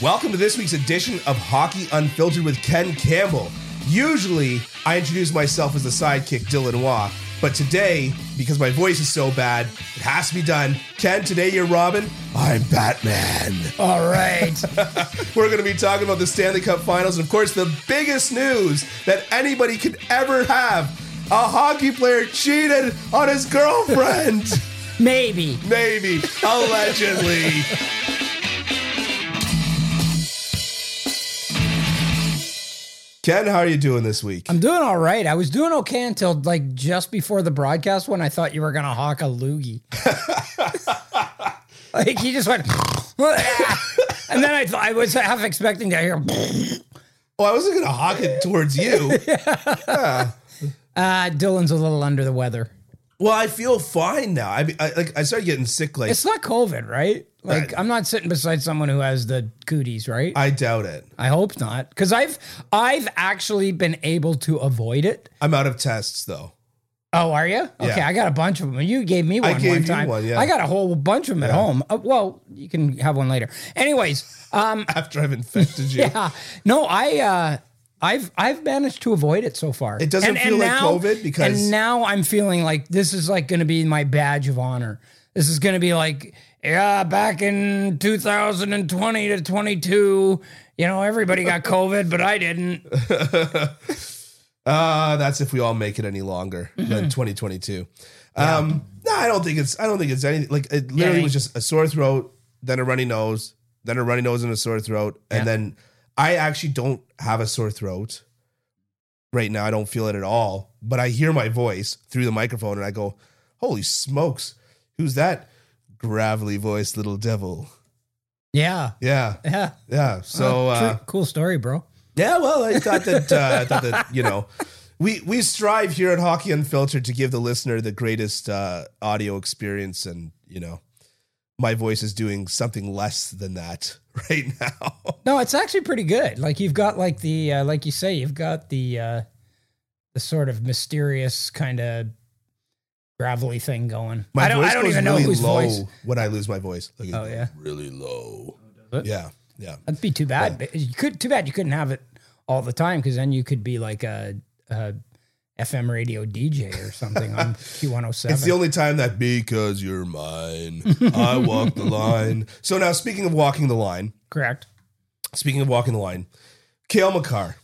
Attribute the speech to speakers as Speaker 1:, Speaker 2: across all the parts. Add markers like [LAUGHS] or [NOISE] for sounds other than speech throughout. Speaker 1: Welcome to this week's edition of Hockey Unfiltered with Ken Campbell. Usually, I introduce myself as the sidekick Dylan Waugh, but today, because my voice is so bad, it has to be done. Ken, today you're Robin. I'm Batman.
Speaker 2: All right.
Speaker 1: [LAUGHS] We're going to be talking about the Stanley Cup Finals and, of course, the biggest news that anybody could ever have: a hockey player cheated on his
Speaker 2: [LAUGHS]
Speaker 1: girlfriend.
Speaker 2: Maybe.
Speaker 1: Maybe. Allegedly. Ken, how are you doing this week?
Speaker 2: I'm doing all right. I was doing okay until like just before the broadcast when I thought you were going to hawk a [LAUGHS] loogie. like you just went, [LAUGHS] and then I, th- I was half expecting to hear.
Speaker 1: Oh, I wasn't going to hawk it towards you.
Speaker 2: [LAUGHS] Uh, Dylan's a little under the weather.
Speaker 1: well, I feel fine now. I, I like I started getting sick like
Speaker 2: It's not COVID, right? Like I'm not sitting beside someone who has the cooties, right? I,
Speaker 1: I doubt it.
Speaker 2: hope not, because I've I've actually been able to avoid it.
Speaker 1: I'm out of tests though. [LAUGHS]
Speaker 2: Oh, are you? Okay,
Speaker 1: Yeah.
Speaker 2: I got a bunch of them. You gave me one
Speaker 1: gave
Speaker 2: one
Speaker 1: you
Speaker 2: time.
Speaker 1: one, yeah.
Speaker 2: I got a whole bunch of them at home. Uh, well, you can have one later. Anyways, [LAUGHS] um,
Speaker 1: After I've infected you.
Speaker 2: yeah, no, I, uh, I've, I've managed to avoid it so far. It
Speaker 1: doesn't feel like COVID because-
Speaker 2: and now I'm feeling like this is like going to be my badge of honor. This is going to be like, yeah, back in 2020 to 22, you know, everybody
Speaker 1: [LAUGHS]
Speaker 2: got COVID, but I didn't.
Speaker 1: Uh, that's if we all make it any longer than
Speaker 2: Mm-hmm.
Speaker 1: 2022. Um, no, I don't think it's. I don't think it's anything. Like it literally
Speaker 2: Yeah.
Speaker 1: was just a sore throat, then a runny nose, then a runny nose and a sore throat, and
Speaker 2: Yeah.
Speaker 1: then I actually don't have a sore throat right now. I don't feel it at all, but I hear my voice through the microphone, and I go, "Holy smokes, who's that gravelly voiced little devil?"
Speaker 2: Yeah. [LAUGHS]
Speaker 1: Yeah,
Speaker 2: Yeah.
Speaker 1: yeah. So
Speaker 2: True-
Speaker 1: uh,
Speaker 2: cool story, bro.
Speaker 1: yeah, well, I thought that uh, I thought that you know, we we strive here at Hockey Unfiltered to give the listener the greatest uh, audio experience, and you know, my voice is doing something less than that [LAUGHS] right now.
Speaker 2: No, it's actually pretty good. Like you've got like the uh, like you say you've got the uh the sort of mysterious kind of gravelly thing going.
Speaker 1: My
Speaker 2: I don't
Speaker 1: voice
Speaker 2: I don't
Speaker 1: goes
Speaker 2: even know
Speaker 1: really
Speaker 2: whose
Speaker 1: low
Speaker 2: voice.
Speaker 1: when I lose my voice. Like, it
Speaker 2: Oh
Speaker 1: goes
Speaker 2: yeah. Oh,
Speaker 1: really low.
Speaker 2: Does it?
Speaker 1: Yeah, yeah.
Speaker 2: That'd be too bad. But You could too bad you couldn't have it all the time cuz then you could be like a, a FM radio DJ or something on
Speaker 1: [LAUGHS]
Speaker 2: Q107.
Speaker 1: It's the only time that because you're mine, I walk the line.
Speaker 2: [LAUGHS]
Speaker 1: So now, speaking of walking the line,
Speaker 2: Correct.
Speaker 1: speaking of walking the line, Kale McCarr.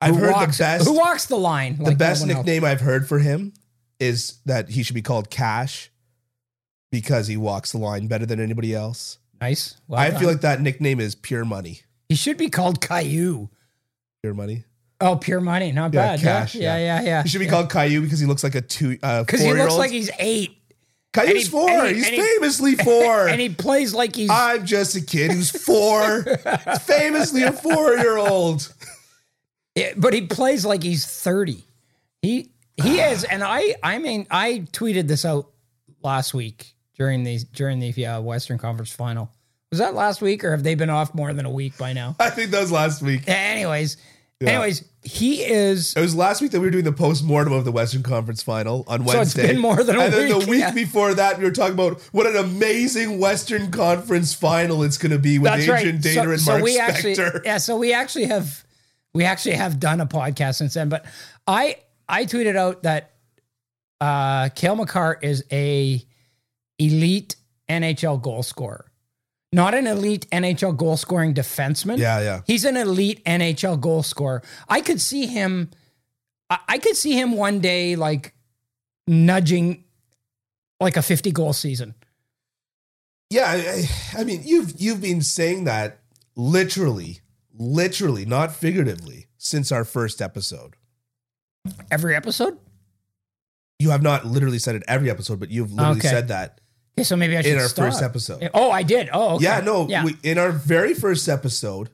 Speaker 1: I've heard
Speaker 2: walks,
Speaker 1: the best.
Speaker 2: Who walks the line?
Speaker 1: the best nickname I've heard for him is that he should be called Cash because he walks the line better than anybody else.
Speaker 2: Nice. Well
Speaker 1: I
Speaker 2: done.
Speaker 1: feel like that nickname is pure money.
Speaker 2: he should be called Caillou.
Speaker 1: Pure money.
Speaker 2: Oh, pure money. Not
Speaker 1: Yeah,
Speaker 2: bad.
Speaker 1: cash,
Speaker 2: yeah. Yeah, yeah, yeah.
Speaker 1: He should be called Caillou because he looks like a two
Speaker 2: [LAUGHS]
Speaker 1: uh, four
Speaker 2: Because he
Speaker 1: year
Speaker 2: looks
Speaker 1: old.
Speaker 2: like he's eight. and
Speaker 1: Caillou's
Speaker 2: he-
Speaker 1: four.
Speaker 2: and he-
Speaker 1: he's
Speaker 2: [LAUGHS] and he-
Speaker 1: famously four.
Speaker 2: And he plays like he's
Speaker 1: I'm just a kid who's
Speaker 2: [LAUGHS]
Speaker 1: four. famously a four year old.
Speaker 2: Yeah, but he plays like he's 30. He he
Speaker 1: Ah.
Speaker 2: is and I I mean I tweeted this out last week during the during the uh, Western Conference final. Was that last week or have they been off more than a week by now?
Speaker 1: I think that was last week.
Speaker 2: Anyways, anyways, he is
Speaker 1: It was last week that we were doing the post mortem of the Western Conconference Final on
Speaker 2: it's
Speaker 1: Wednesday.
Speaker 2: been more than a
Speaker 1: and then the
Speaker 2: week,
Speaker 1: week
Speaker 2: yeah.
Speaker 1: before that, we were talking about what an amazing Western Conference Final it's going to be with
Speaker 2: that's
Speaker 1: Adrian
Speaker 2: right.
Speaker 1: Data and Mark
Speaker 2: we
Speaker 1: Spector.
Speaker 2: actually yeah, so we actually have we actually have done a podcast since then. But I I tweeted out that uh Kale McCarr is a elite NHL goal scorer. Not an elite NHL goal scoring defenseman.
Speaker 1: Yeah, yeah.
Speaker 2: He's an elite NHL goal scorer. I could see him I, I could see him one day like nudging like a 50 goal season.
Speaker 1: Yeah, I, I- I mean, you've you've been saying that literally, literally, not figuratively, since our first episode.
Speaker 2: Every episode?
Speaker 1: You have not literally said it every episode, but you've literally
Speaker 2: Okay.
Speaker 1: said that
Speaker 2: Okay, so maybe I should
Speaker 1: in our
Speaker 2: stop.
Speaker 1: first episode.
Speaker 2: Oh, I did. Oh, okay.
Speaker 1: Yeah, no,
Speaker 2: Yeah.
Speaker 1: We, in our very first episode,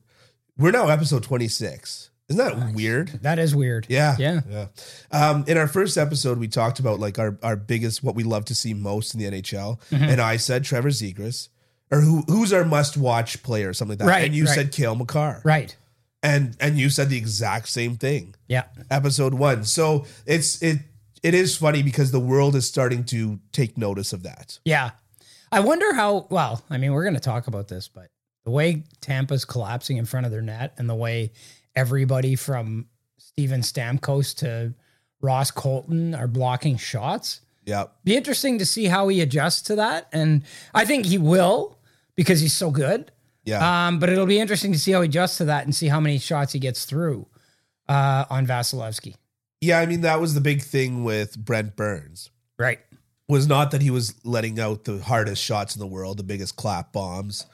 Speaker 1: we're now episode twenty six. Isn't that weird?
Speaker 2: that is weird.
Speaker 1: Yeah.
Speaker 2: Yeah.
Speaker 1: Yeah. Um, in our first episode, we talked about like our, our biggest, what we love to see most in the NHL.
Speaker 2: Mm-hmm.
Speaker 1: And I said Trevor Zegras, or who, who's our must watch player, or something like that.
Speaker 2: Right,
Speaker 1: and you
Speaker 2: right.
Speaker 1: said Kale McCarr.
Speaker 2: Right.
Speaker 1: And, and you said the exact same thing,
Speaker 2: Yeah.
Speaker 1: episode one. So it's, it, it is funny because the world is starting to take notice of that.
Speaker 2: Yeah. I wonder how. Well, I mean, we're going to talk about this, but the way Tampa's collapsing in front of their net and the way everybody from Steven Stamkos to Ross Colton are blocking shots.
Speaker 1: Yep.
Speaker 2: Be interesting to see how he adjusts to that. And I think he will because he's so good.
Speaker 1: Yeah.
Speaker 2: Um, but it'll be interesting to see how he adjusts to that and see how many shots he gets through uh, on Vasilevsky.
Speaker 1: yeah. I mean, that was the big thing with Brent Burns
Speaker 2: Right.
Speaker 1: was not that he was letting out the hardest shots in the world, the biggest clap bombs,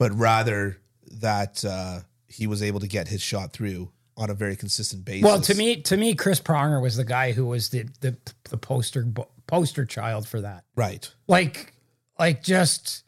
Speaker 1: but rather that uh, he was able to get his shot through on a very consistent basis.
Speaker 2: Well, to me, to me, Chris Pronger was the guy who was the the, the poster bo- poster child for that.
Speaker 1: right.
Speaker 2: Like, like just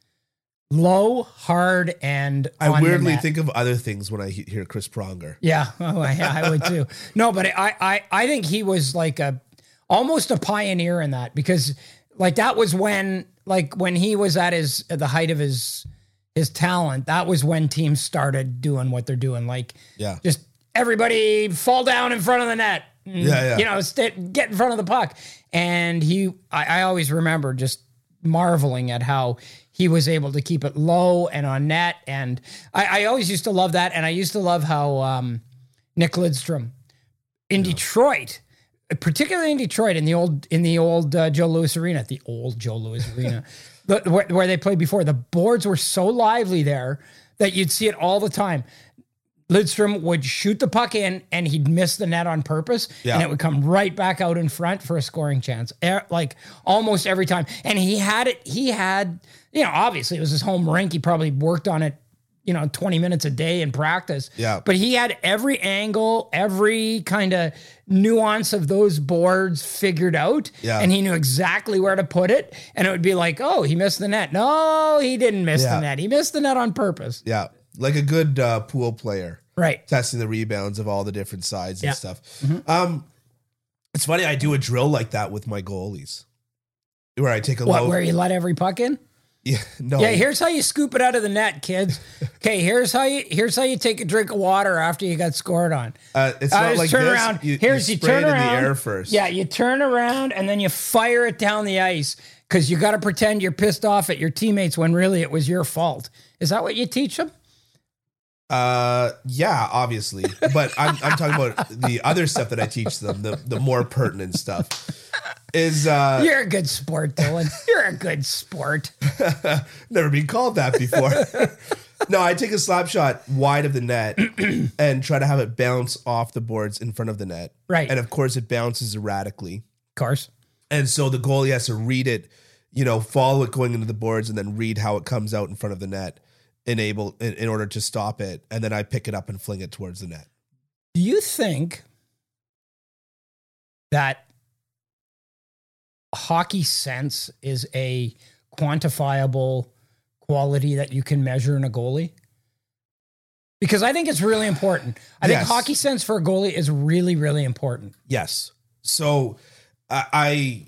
Speaker 2: low, hard, and on
Speaker 1: I
Speaker 2: the
Speaker 1: weirdly
Speaker 2: net.
Speaker 1: think of other things when I he- hear Chris Pronger.
Speaker 2: Yeah, [LAUGHS] oh, I, I would too. No, but I, I, I think he was like a almost a pioneer in that because like that was when like when he was at his at the height of his his talent. That was when teams started doing what they're doing, like
Speaker 1: Yeah.
Speaker 2: just everybody fall down in front of the net. and,
Speaker 1: Yeah, yeah.
Speaker 2: You know, st- get in front of the puck. And he, I, I always remember just marveling at how he was able to keep it low and on net. And I, I always used to love that. And I used to love how um, Nick Lidstrom in Detroit, particularly in Detroit, in the old in the old uh, Joe Louis Arena, the old Joe Louis Arena, [LAUGHS] the, where, where they played before. The boards were so lively there that you'd see it all the time. Lidstrom would shoot the puck in, and he'd miss the net on purpose,
Speaker 1: Yeah.
Speaker 2: and it would come right back out in front for a scoring chance, Eh, like almost every time. And he had it. He had, you know, obviously it was his home rink. He probably worked on it, you know, twenty minutes a day in practice.
Speaker 1: Yeah.
Speaker 2: But he had every angle, every kind of nuance of those boards figured out.
Speaker 1: Yeah.
Speaker 2: And he knew exactly where to put it. And it would be like, oh, he missed the net. No, he didn't miss
Speaker 1: Yeah.
Speaker 2: the net. He missed the net on purpose.
Speaker 1: Yeah. Like a good uh, pool player.
Speaker 2: Right.
Speaker 1: testing the rebounds of all the different sides and
Speaker 2: Yeah. Mm-hmm.
Speaker 1: stuff. Um, it's funny I do a drill like that with my goalies, where I take a
Speaker 2: What,
Speaker 1: low.
Speaker 2: where he let every puck in?
Speaker 1: [LAUGHS] yeah, no,
Speaker 2: Yeah, here's how you scoop it out of the net, kids. [LAUGHS] Okay, here's how you here's how you take a drink of water after you got scored on.
Speaker 1: uh, it's
Speaker 2: I
Speaker 1: not
Speaker 2: just
Speaker 1: like
Speaker 2: turn
Speaker 1: this.
Speaker 2: around.
Speaker 1: You,
Speaker 2: Here's
Speaker 1: you
Speaker 2: you
Speaker 1: spray
Speaker 2: turn
Speaker 1: it in
Speaker 2: around.
Speaker 1: the air first.
Speaker 2: Yeah, you turn around and then you fire it down the ice because you got to pretend you're pissed off at your teammates when really it was your fault. Is that what you teach them?
Speaker 1: uh, yeah, obviously, but I'm, I'm talking about the other stuff that I teach them, the the more pertinent stuff. Is uh,
Speaker 2: You're a good sport, Dylan.
Speaker 1: [LAUGHS]
Speaker 2: You're a good sport.
Speaker 1: never been called that before. [LAUGHS] no, I take a slap shot wide of the net [CLEARS THROAT] and try to have it bounce off the boards in front of the net.
Speaker 2: Right.
Speaker 1: And of course, it bounces erratically.
Speaker 2: Of course.
Speaker 1: And so the goalie has to read it, you know, follow it going into the boards and then read how it comes out in front of the net enable in, in order to stop it. And then I pick it up and fling it towards the net.
Speaker 2: Do you think that hockey sense is a quantifiable quality that you can measure in a goalie? Because I think it's really important. I
Speaker 1: Yes.
Speaker 2: think hockey sense for a goalie is really, really important.
Speaker 1: Yes. So I, I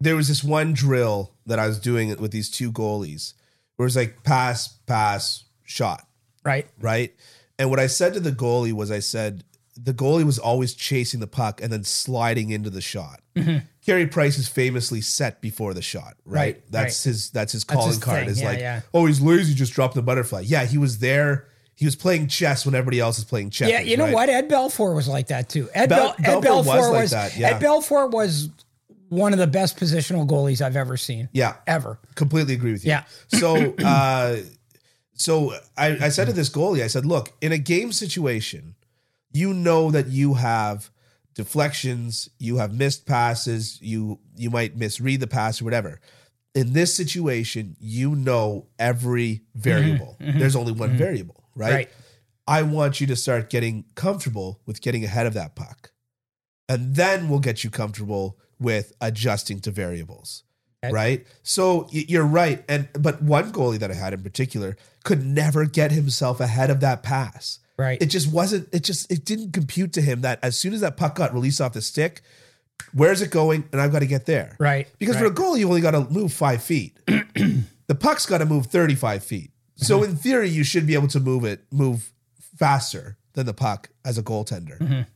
Speaker 1: there was this one drill that I was doing with these two goalies where it was like pass, pass, shot.
Speaker 2: Right.
Speaker 1: right? And what I said to the goalie was, I said the goalie was always chasing the puck and then sliding into the shot. Carey Price is famously set before the shot, right?
Speaker 2: Mm-hmm. Right,
Speaker 1: that's his that's his
Speaker 2: his
Speaker 1: calling card.
Speaker 2: thing,
Speaker 1: Is
Speaker 2: yeah,
Speaker 1: like,
Speaker 2: yeah.
Speaker 1: oh, he's lazy, just dropped the butterfly. Yeah, he was there. He was playing chess when everybody else is playing checkers.
Speaker 2: Yeah, you know
Speaker 1: right?
Speaker 2: what? Ed Belfour was like that too. Ed,
Speaker 1: Bel-
Speaker 2: Bel- Ed Belfour, was,
Speaker 1: like that, yeah.
Speaker 2: Ed Belfour was one of the best positional goalies I've ever seen.
Speaker 1: Yeah,
Speaker 2: Ever.
Speaker 1: completely agree with you.
Speaker 2: Yeah.
Speaker 1: So, uh, so I, I said to this goalie, I said, look, in a game situation, you know that you have deflections, you have missed passes, you you might misread the pass or whatever. In this situation, you know every variable. There's only one variable, right?
Speaker 2: Mm-hmm. Right.
Speaker 1: I want you to start getting comfortable with getting ahead of that puck. And then we'll get you comfortable with adjusting to variables
Speaker 2: Okay.
Speaker 1: right? So y- you're right, and but one goalie that I had in particular could never get himself ahead of that pass.
Speaker 2: Right.
Speaker 1: It just wasn't. It just it didn't compute to him that as soon as that puck got released off the stick, where's it going? And I've got to get there,
Speaker 2: right.
Speaker 1: Because
Speaker 2: right.
Speaker 1: for a goalie, you only got to move five feet. the puck's got to move thirty five feet. So in theory, you should be able to move it move faster than the puck as a goaltender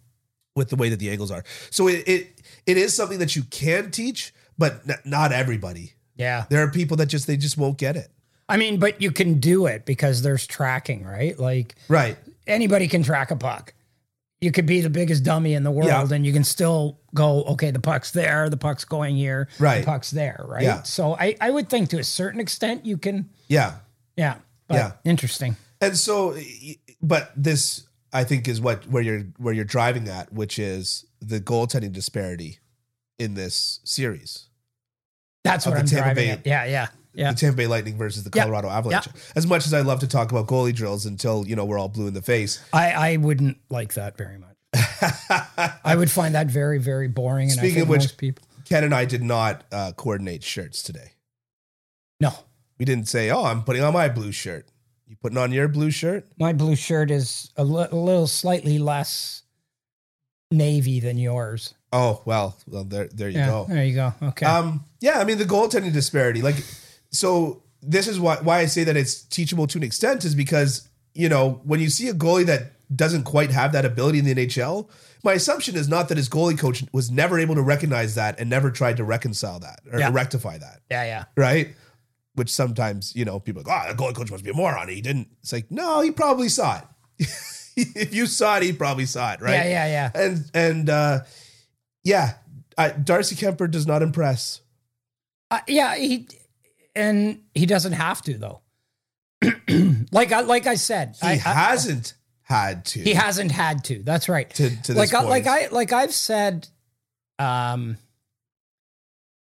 Speaker 1: with the way that the angles are. So it it, it is something that you can teach, but n- not everybody.
Speaker 2: yeah.
Speaker 1: There are people that just they just won't get it.
Speaker 2: I mean, but you can do it because there's tracking, right? Like
Speaker 1: Right.
Speaker 2: anybody can track a puck. You could be the biggest dummy in the world
Speaker 1: Yeah.
Speaker 2: and you can still go, okay, the puck's there, the puck's going here,
Speaker 1: Right.
Speaker 2: the puck's there, right?
Speaker 1: Yeah.
Speaker 2: So I, I would think to a certain extent you can,
Speaker 1: Yeah.
Speaker 2: yeah. But
Speaker 1: Yeah.
Speaker 2: Interesting.
Speaker 1: And so, but this I think is what where you're where you're driving at, which is the goaltending disparity in this series.
Speaker 2: That's
Speaker 1: Of
Speaker 2: what
Speaker 1: the
Speaker 2: I'm
Speaker 1: Tampa
Speaker 2: driving
Speaker 1: Bay-
Speaker 2: at. Yeah, yeah, yeah.
Speaker 1: The Tampa Bay Lightning versus the
Speaker 2: Yeah.
Speaker 1: Colorado Avalanche. As much as I love to talk about goalie drills until you know we're all blue in the
Speaker 2: [LAUGHS]
Speaker 1: face.
Speaker 2: I, I wouldn't like that very much. I would find that very, very boring. And
Speaker 1: Speaking
Speaker 2: I think
Speaker 1: of which-
Speaker 2: most people,
Speaker 1: Ken and I did not uh, coordinate shirts today.
Speaker 2: no,
Speaker 1: We didn't say, "Oh, I'm putting on my blue shirt." You putting on your blue shirt?
Speaker 2: my blue shirt is a, li- a little slightly less navy than yours.
Speaker 1: Oh well, well there there you
Speaker 2: yeah,
Speaker 1: go.
Speaker 2: there you go. Okay.
Speaker 1: Um, yeah, I mean the goaltending disparity. Like, so this is why why I say that it's teachable to an extent is because you know when you see a goalie that doesn't quite have that ability in the NHL, my assumption is not that his goalie coach was never able to recognize that and never tried to reconcile that or
Speaker 2: Yeah.
Speaker 1: rectify that,
Speaker 2: yeah, yeah.
Speaker 1: right? Which sometimes you know people go, ah, the goalie coach must be a moron. He didn't. It's like no, he probably saw it. [LAUGHS] if you saw it, he probably saw it, right?
Speaker 2: Yeah, yeah, yeah.
Speaker 1: And and uh, yeah, I, Darcy Kemper does not impress.
Speaker 2: Uh, yeah, he and he doesn't have to though. [CLEARS THROAT] like I like I said,
Speaker 1: he
Speaker 2: I, I-
Speaker 1: hasn't had to.
Speaker 2: he hasn't had to. That's right.
Speaker 1: to, to
Speaker 2: like
Speaker 1: this
Speaker 2: I,
Speaker 1: point.
Speaker 2: like I like I've said, um,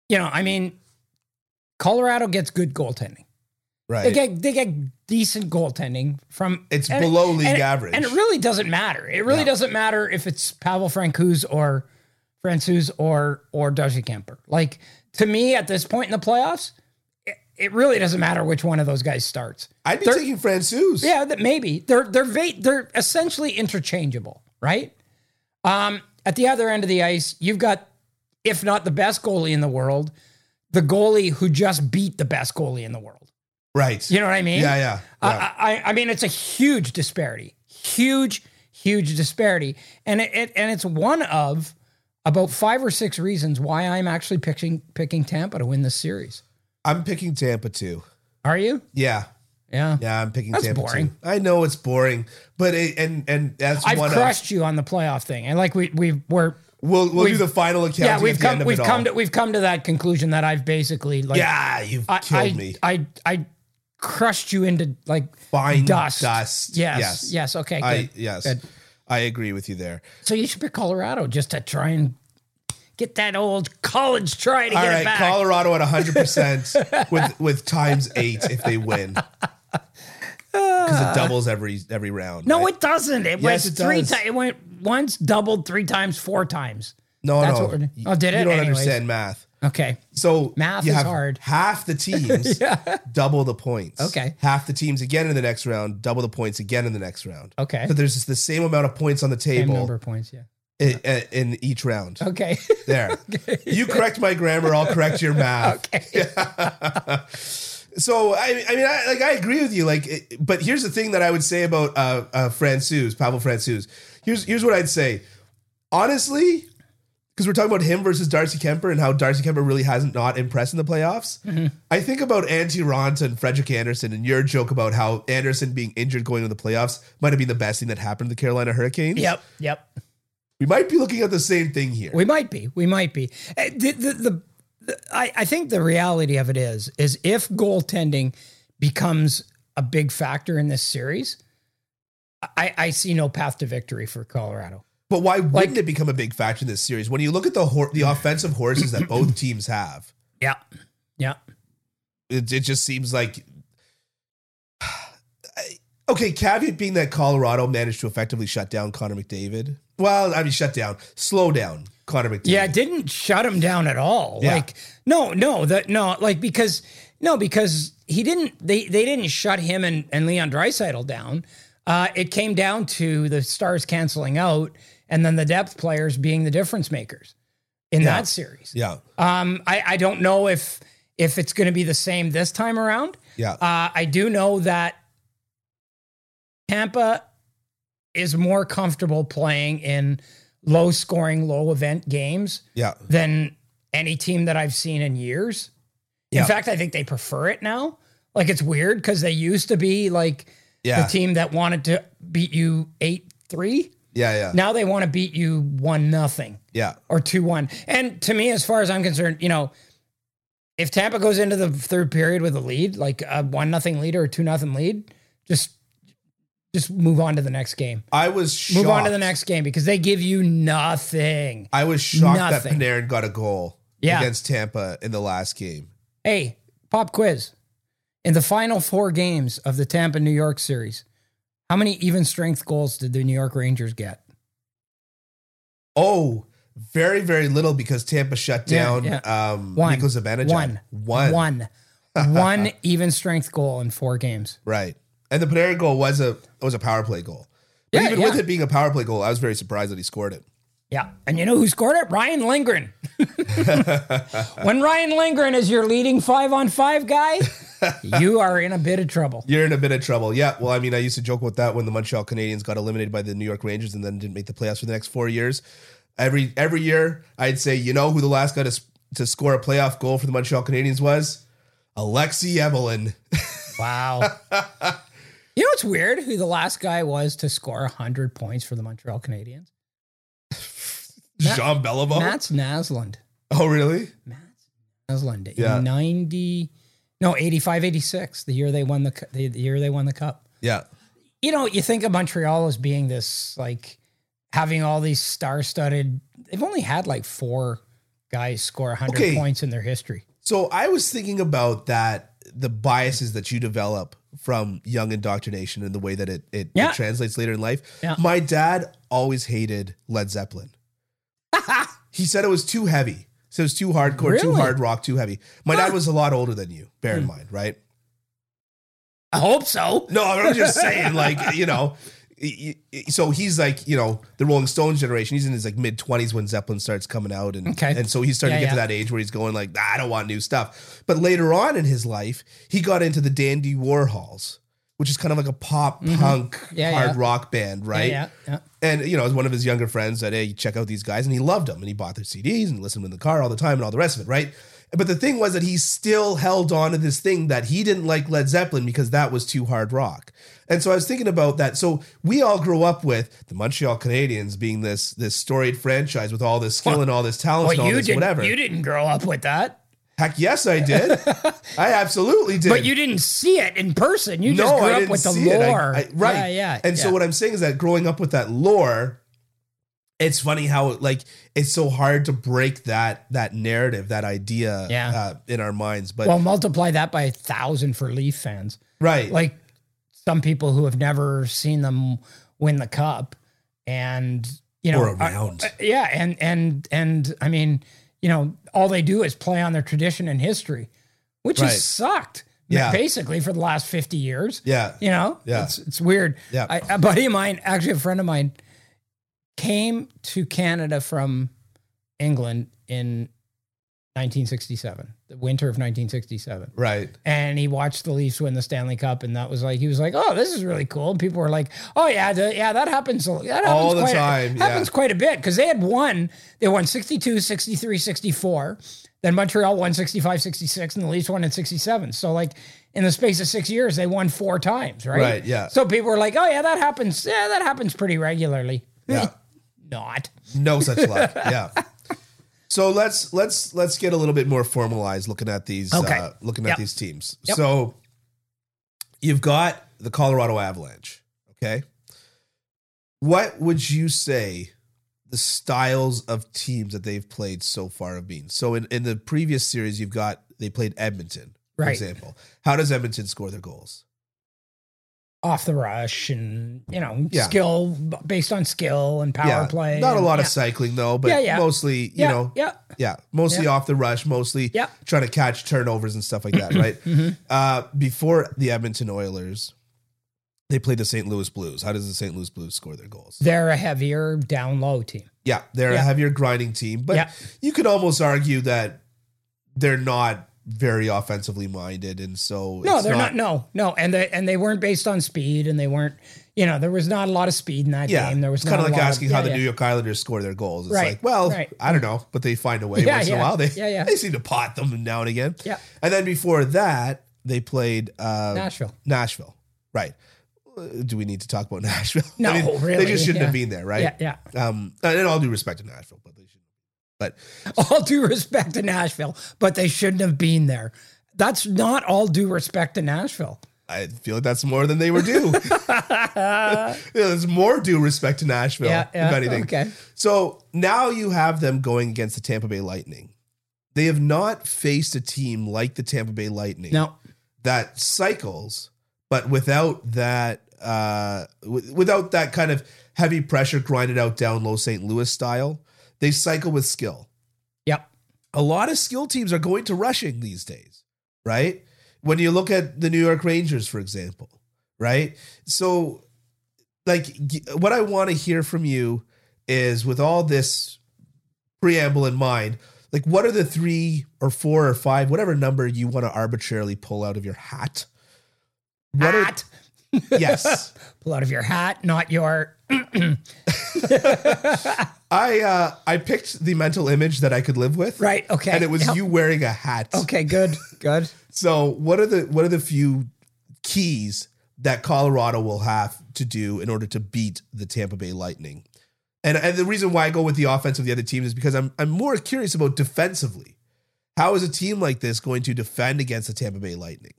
Speaker 2: you know, I mean, Colorado gets good goaltending.
Speaker 1: right.
Speaker 2: They get they get decent goaltending from
Speaker 1: it's
Speaker 2: and-
Speaker 1: below league
Speaker 2: and it-
Speaker 1: average.
Speaker 2: and it really doesn't matter. It really
Speaker 1: Yeah.
Speaker 2: doesn't matter if it's Pavel Francouz or Francouz or or Darcy Kemper. Like to me, at this point in the playoffs, it, it really doesn't matter which one of those guys starts.
Speaker 1: I'd be
Speaker 2: they're-
Speaker 1: taking Francouz.
Speaker 2: Yeah, that maybe they're they're va- they're essentially interchangeable, right? Um, at the other end of the ice, you've got, if not the best goalie in the world, the goalie who just beat the best goalie in the world.
Speaker 1: Right.
Speaker 2: You know what I mean?
Speaker 1: yeah. Yeah. yeah.
Speaker 2: I, I, I mean, it's a huge disparity, huge, huge disparity, and it, it and it's one of about five or six reasons why I'm actually picking picking Tampa to win this series.
Speaker 1: I'm picking Tampa too.
Speaker 2: Are you?
Speaker 1: Yeah.
Speaker 2: Yeah.
Speaker 1: Yeah. I'm picking
Speaker 2: That's
Speaker 1: Tampa
Speaker 2: boring.
Speaker 1: too. I know it's boring, but it, and and that's
Speaker 2: I've
Speaker 1: one.
Speaker 2: crushed you on the playoff thing, and like we we we're
Speaker 1: of, we'll we'll do
Speaker 2: we've-
Speaker 1: the final accounting.
Speaker 2: yeah we've
Speaker 1: at the
Speaker 2: come
Speaker 1: end of
Speaker 2: we've
Speaker 1: it
Speaker 2: come
Speaker 1: all.
Speaker 2: to we've come to that conclusion that I've basically like
Speaker 1: Yeah, you've
Speaker 2: I,
Speaker 1: killed
Speaker 2: I,
Speaker 1: me.
Speaker 2: I I crushed you into like
Speaker 1: Fine
Speaker 2: dust.
Speaker 1: dust.
Speaker 2: Yes,
Speaker 1: Yes.
Speaker 2: yes, Okay, good.
Speaker 1: I yes.
Speaker 2: Good.
Speaker 1: I agree with you there.
Speaker 2: So you should pick Colorado just to try and get that old college try to
Speaker 1: All
Speaker 2: get
Speaker 1: right,
Speaker 2: it back.
Speaker 1: Colorado at 100 percent
Speaker 2: [LAUGHS]
Speaker 1: with with times eight if they win, because it doubles every every round.
Speaker 2: Ah. no,
Speaker 1: right?
Speaker 2: it doesn't. It
Speaker 1: Yes,
Speaker 2: went
Speaker 1: it
Speaker 2: three
Speaker 1: does.
Speaker 2: times. It went once, doubled three times, four times.
Speaker 1: No,
Speaker 2: That's
Speaker 1: no.
Speaker 2: what we're- Oh, did
Speaker 1: You
Speaker 2: it?
Speaker 1: don't
Speaker 2: Anyways.
Speaker 1: understand math.
Speaker 2: Okay.
Speaker 1: So
Speaker 2: Math
Speaker 1: you
Speaker 2: is
Speaker 1: have
Speaker 2: hard. [LAUGHS]
Speaker 1: Half the teams double the points.
Speaker 2: Okay.
Speaker 1: Half the teams again in the next round, double the points again in the next round.
Speaker 2: Okay.
Speaker 1: So there's just the same amount of points on the
Speaker 2: Same number
Speaker 1: table
Speaker 2: of points. Yeah.
Speaker 1: in, in each round.
Speaker 2: Okay. [LAUGHS]
Speaker 1: There. You correct my grammar, I'll correct your math.
Speaker 2: okay.
Speaker 1: So I, I mean, I, like I agree with you. Like, it, but here's the thing that I would say about uh, uh, Francouz, Pavel Francouz. Here's here's what I'd say. Honestly, because we're talking about him versus Darcy Kemper and how Darcy Kemper really hasn't not impressed in the playoffs.
Speaker 2: Mm-hmm.
Speaker 1: I think about Antti Ranta and Frederick Anderson and your joke about how Anderson being injured going into the playoffs might have been the best thing that happened to the Carolina Hurricanes.
Speaker 2: Yep. Yep.
Speaker 1: We might be looking at the same thing here.
Speaker 2: We might be. We might be. Uh, The, the, the, the- I, I think the reality of it is, is if goaltending becomes a big factor in this series, I, I see no path to victory for Colorado.
Speaker 1: But why wouldn't it become a big factor in this series? When you look at the hor- the offensive horses that both teams have,
Speaker 2: Yeah. Yeah.
Speaker 1: it, it just seems like [SIGHS] I- okay caveat being that colorado managed to effectively shut down connor mcdavid well i mean shut down slow down connor mcdavid
Speaker 2: Yeah, it didn't shut him down at all.
Speaker 1: Yeah.
Speaker 2: Like no, no, that no, like because no, because he didn't they they didn't shut him and, and Leon Dreisidel down. Uh, it came down to the stars canceling out and then the depth players being the difference makers in
Speaker 1: Yeah.
Speaker 2: that series.
Speaker 1: yeah
Speaker 2: Um, I, I don't know if if it's going to be the same this time around.
Speaker 1: yeah
Speaker 2: Uh, I do know that Tampa is more comfortable playing in low scoring, low event games
Speaker 1: yeah
Speaker 2: than any team that I've seen in years.
Speaker 1: Yeah.
Speaker 2: In fact, I think they prefer it now. Like it's weird because they used to be like
Speaker 1: Yeah.
Speaker 2: the team that wanted to beat you eight three.
Speaker 1: Yeah, yeah,
Speaker 2: Now they want to beat you one nothing
Speaker 1: yeah,
Speaker 2: or two one. And to me, as far as I'm concerned, you know, if Tampa goes into the third period with a lead, like a one nothing lead or a two nothing lead, just just move on to the next game.
Speaker 1: I was shocked.
Speaker 2: Move on to the next game because they give you nothing.
Speaker 1: I was shocked
Speaker 2: Nothing.
Speaker 1: that Panarin got a goal
Speaker 2: Yeah.
Speaker 1: against Tampa in the last game.
Speaker 2: Hey, pop quiz. In the final four games of the Tampa New York series, how many even strength goals did the New York Rangers get?
Speaker 1: Oh, very very little because Tampa shut
Speaker 2: Yeah,
Speaker 1: down
Speaker 2: yeah.
Speaker 1: um
Speaker 2: One.
Speaker 1: Nico Zibanejad.
Speaker 2: One.
Speaker 1: One.
Speaker 2: One. One even strength goal in four games.
Speaker 1: Right. And the Panarin goal was a was a power play goal. But
Speaker 2: Yeah,
Speaker 1: even
Speaker 2: yeah.
Speaker 1: with it being a power play goal, I was very surprised that he scored it.
Speaker 2: Yeah. And you know who scored it? Ryan Lindgren. [LAUGHS] when Ryan Lindgren is your leading five on five guy, you are in a bit of trouble.
Speaker 1: You're in a bit of trouble. Yeah. Well, I mean, I used to joke about that when the Montreal Canadiens got eliminated by the New York Rangers and then didn't make the playoffs for the next four years. Every every year, I'd say, you know, who the last guy to, s- to score a playoff goal for the Montreal Canadiens was Alexi [LAUGHS] Emelin.
Speaker 2: Wow. [LAUGHS] you know what's weird? Who the last guy was to score 100 points for the Montreal Canadiens?
Speaker 1: Jean Beliveau.
Speaker 2: Mats Naslund.
Speaker 1: oh, really?
Speaker 2: Naslund in
Speaker 1: Yeah.
Speaker 2: 90 no 85 86 the year they won the cu- the, the year they won the cup
Speaker 1: Yeah.
Speaker 2: you know you think of Montreal as being this like having all these star-studded they've only had like four guys score 100
Speaker 1: Okay.
Speaker 2: points in their history
Speaker 1: So I was thinking about that the biases that you develop from young indoctrination and the way that it it, it
Speaker 2: Yeah.
Speaker 1: translates later in life.
Speaker 2: Yeah.
Speaker 1: My dad always hated Led
Speaker 2: [LAUGHS]
Speaker 1: Zeppelin. he said it was too heavy. So it was too hardcore, too
Speaker 2: Really? Hmm.
Speaker 1: hard rock, too heavy. My dad was a lot older than you, bear in mind, right?
Speaker 2: i hope so
Speaker 1: No, I'm just saying, like, you know. y- y- So he's like, you know, the Rolling Stones generation. He's in his like mid twenties when Zeppelin starts coming out, and
Speaker 2: Okay.
Speaker 1: and so he's starting
Speaker 2: Yeah,
Speaker 1: to get
Speaker 2: yeah.
Speaker 1: to that age where he's going like, "Nah, I don't want new stuff. But later on in his life, he got into the Dandy Warhols, which is kind of like a pop punk
Speaker 2: Mm-hmm. Yeah,
Speaker 1: hard
Speaker 2: yeah.
Speaker 1: rock band, right?
Speaker 2: yeah yeah
Speaker 1: And you know, as one of his younger friends said, "Hey, check out these guys," and he loved them, and he bought their CDs and listened in the car all the time, and all the rest of it, right? But the thing was that he still held on to this thing that he didn't like Led Zeppelin because that was too hard rock. And so I was thinking about that. So we all grew up with the Montreal Canadiens being this this storied franchise with all this skill and all this talent and
Speaker 2: well
Speaker 1: all
Speaker 2: you
Speaker 1: this
Speaker 2: didn't
Speaker 1: whatever.
Speaker 2: you didn't grow up with that
Speaker 1: Heck, yes, I did.
Speaker 2: [LAUGHS]
Speaker 1: I absolutely did.
Speaker 2: but you didn't see it in person you just grew up with the
Speaker 1: it. I-
Speaker 2: lore
Speaker 1: I- right.
Speaker 2: yeah yeah
Speaker 1: And so
Speaker 2: yeah.
Speaker 1: what I'm saying is that growing up with that lore, it's funny how like it's so hard to break that that narrative, that idea
Speaker 2: Yeah.
Speaker 1: uh, in our minds. But
Speaker 2: well multiply that by a thousand for leaf fans
Speaker 1: right.
Speaker 2: like some people who have never seen them win the cup and you know
Speaker 1: Or a
Speaker 2: are-
Speaker 1: round.
Speaker 2: uh, yeah and and and i mean you know all they do is play on their tradition and history which
Speaker 1: Right.
Speaker 2: has sucked
Speaker 1: Yeah.
Speaker 2: basically for the last 50 years
Speaker 1: yeah.
Speaker 2: you know
Speaker 1: Yeah.
Speaker 2: it's, it's weird
Speaker 1: Yeah.
Speaker 2: I, a buddy of mine actually a friend of mine came to canada from england in 1967 the winter of 1967 [LAUGHS]
Speaker 1: Right.
Speaker 2: and he watched the Leafs win the Stanley Cup, and that was like he was like, "Oh, this is really cool." And people were like, "Oh yeah, the, yeah, that happens. a- That happens
Speaker 1: All the
Speaker 2: quite,
Speaker 1: time, yeah.
Speaker 2: Happens quite a bit because they had won. They won 62, 63, 64. Then Montreal won 65, 66, and the Leafs won in 67. So like in the space of six years, they won four times, right?
Speaker 1: Right, yeah.
Speaker 2: So people were like, "Oh yeah, that happens. Yeah, that happens pretty regularly."
Speaker 1: Yeah.
Speaker 2: [LAUGHS] Not.
Speaker 1: No such
Speaker 2: [LAUGHS]
Speaker 1: luck. Yeah. So let's let's let's get a little bit more formalized looking at these
Speaker 2: Okay.
Speaker 1: uh, looking at
Speaker 2: Yep.
Speaker 1: these teams.
Speaker 2: Yep.
Speaker 1: So you've got the Colorado Avalanche, okay? What would you say the styles of teams that they've played so far have been? So in, in the previous series you've got they played Edmonton, for
Speaker 2: Right.
Speaker 1: example. How does Edmonton score their goals?
Speaker 2: Off the rush and you know
Speaker 1: Yeah.
Speaker 2: skill b- based on skill and power play.
Speaker 1: Not a
Speaker 2: and-
Speaker 1: lot of
Speaker 2: yeah.
Speaker 1: cycling though, but
Speaker 2: Yeah, yeah.
Speaker 1: mostly, you
Speaker 2: Yeah,
Speaker 1: know,
Speaker 2: yeah.
Speaker 1: Yeah, mostly
Speaker 2: Yeah.
Speaker 1: off the rush, mostly
Speaker 2: Yeah.
Speaker 1: trying to catch turnovers and stuff like that,
Speaker 2: [LAUGHS]
Speaker 1: right?
Speaker 2: Mm-hmm.
Speaker 1: uh, before the Edmonton Oilers, they played the St. Louis Blues. How does the St. Louis Blues score their goals?
Speaker 2: they're a heavier down low team.
Speaker 1: Yeah, they're a
Speaker 2: Yeah.
Speaker 1: heavier grinding team, but
Speaker 2: Yeah.
Speaker 1: you could almost argue that they're not very offensively minded, and so
Speaker 2: No,
Speaker 1: it's
Speaker 2: they're not, No, no, and they and they weren't based on speed, and they weren't. You know, there was not a lot of speed in that
Speaker 1: Yeah,
Speaker 2: game. There was
Speaker 1: it's kind
Speaker 2: not
Speaker 1: of
Speaker 2: a
Speaker 1: like
Speaker 2: lot
Speaker 1: asking
Speaker 2: of,
Speaker 1: how
Speaker 2: yeah,
Speaker 1: the
Speaker 2: yeah.
Speaker 1: New York Islanders score their goals. It's
Speaker 2: Right,
Speaker 1: like, well,
Speaker 2: right.
Speaker 1: I don't know, but they find a way
Speaker 2: Yeah,
Speaker 1: once in
Speaker 2: yeah,
Speaker 1: a while. They
Speaker 2: yeah, yeah.
Speaker 1: they seem to pot them now and again.
Speaker 2: Yeah.
Speaker 1: and then before that, they played uh,
Speaker 2: Nashville.
Speaker 1: Nashville. Right. Uh, Do we need to talk about [LAUGHS] Nashville?
Speaker 2: No, really,
Speaker 1: They just shouldn't have
Speaker 2: yeah.
Speaker 1: been there, right?
Speaker 2: Yeah, yeah. [LAUGHS]
Speaker 1: Um, and all due respect to Nashville, but they should. But
Speaker 2: All due respect to Nashville, but they shouldn't have been there. That's not all due respect to Nashville.
Speaker 1: I feel like that's more than they were
Speaker 2: [LAUGHS]
Speaker 1: due. [LAUGHS] Yeah, There's more due respect to Nashville,
Speaker 2: Yeah, yeah,
Speaker 1: if anything.
Speaker 2: okay.
Speaker 1: So now you have them going against the Tampa Bay Lightning. They have not faced a team like the Tampa Bay Lightning
Speaker 2: No,
Speaker 1: that cycles, but without that, uh, w- without that kind of heavy pressure grinded out down low St. Louis style. They cycle with skill
Speaker 2: yep,
Speaker 1: a lot of skill teams are going to rushing these days, right? When you look at the New York Rangers, for example, right? So, like, g- what I want to hear from you is with all this preamble in mind, like, what are the three or four or five, whatever number you want to arbitrarily pull out of your hat? What are-
Speaker 2: hat. [LAUGHS]
Speaker 1: yes.
Speaker 2: Pull out of your hat, not your.
Speaker 1: I uh, I picked the mental image that I could live with.
Speaker 2: Right. Oh, Okay.
Speaker 1: And it was
Speaker 2: Yeah.
Speaker 1: you wearing a hat.
Speaker 2: Okay. Good. Good.
Speaker 1: So what are the what are the few keys that Colorado will have to do in order to beat the Tampa Bay Lightning? And and the reason why I go with the offense of the other teams is because I'm I'm more curious about defensively. How is a team like this going to defend against the Tampa Bay Lightning?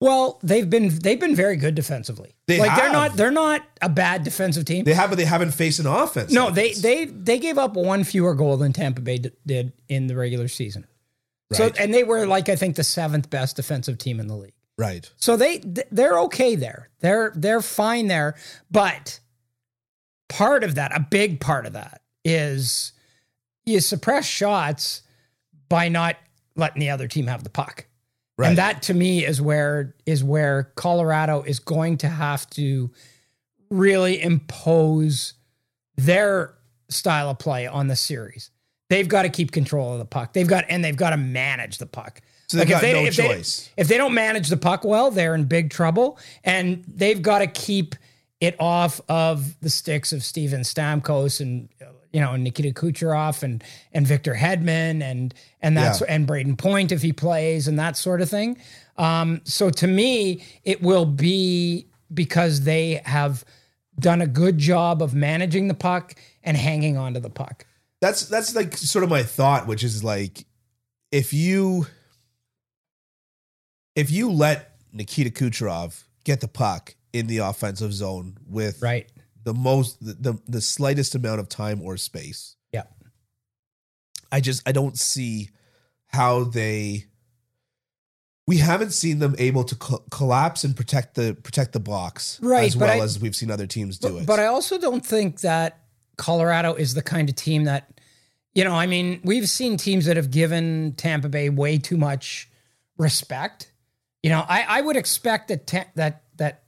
Speaker 2: Well, they've been they've been very good defensively.
Speaker 1: They
Speaker 2: like they're
Speaker 1: have.
Speaker 2: not they're not a bad defensive team.
Speaker 1: They have, but they haven't faced an offense.
Speaker 2: no,
Speaker 1: like
Speaker 2: they
Speaker 1: this,
Speaker 2: they they gave up one fewer goal than Tampa Bay d- did in the regular season. So
Speaker 1: Right.
Speaker 2: and they were like I think the seventh best defensive team in the league.
Speaker 1: right.
Speaker 2: So they th- they're okay there. They're they're fine there, but part of that, a big part of that is you suppress shots by not letting the other team have the puck.
Speaker 1: Right.
Speaker 2: And that to me is where is where Colorado is going to have to really impose their style of play on the series. They've got to keep control of the puck. They've got and they've got to manage the puck.
Speaker 1: So they've
Speaker 2: if
Speaker 1: got no
Speaker 2: if
Speaker 1: choice.
Speaker 2: If they don't manage the puck well, they're in big trouble. And they've got to keep it off of the sticks of Steven Stamkos and uh, you know Nikita Kucherov and and Victor Hedman and and that's
Speaker 1: Yeah.
Speaker 2: and Braden Point if he plays and that sort of thing. Um, so to me, it will be because they have done a good job of managing the puck and hanging on to the puck.
Speaker 1: that's that's like sort of my thought which is like if you if you let Nikita Kucherov get the puck in the offensive zone with
Speaker 2: Right.
Speaker 1: the most the, the the slightest amount of time or space
Speaker 2: Yeah.
Speaker 1: I just I don't see how they we haven't seen them able to co- collapse and protect the protect the box
Speaker 2: Right,
Speaker 1: as
Speaker 2: but
Speaker 1: well
Speaker 2: I-
Speaker 1: as we've seen other teams do it.
Speaker 2: But I also don't think that Colorado is the kind of team that, you know, I mean, we've seen teams that have given Tampa Bay way too much respect. You know, I, I would expect that ta- that that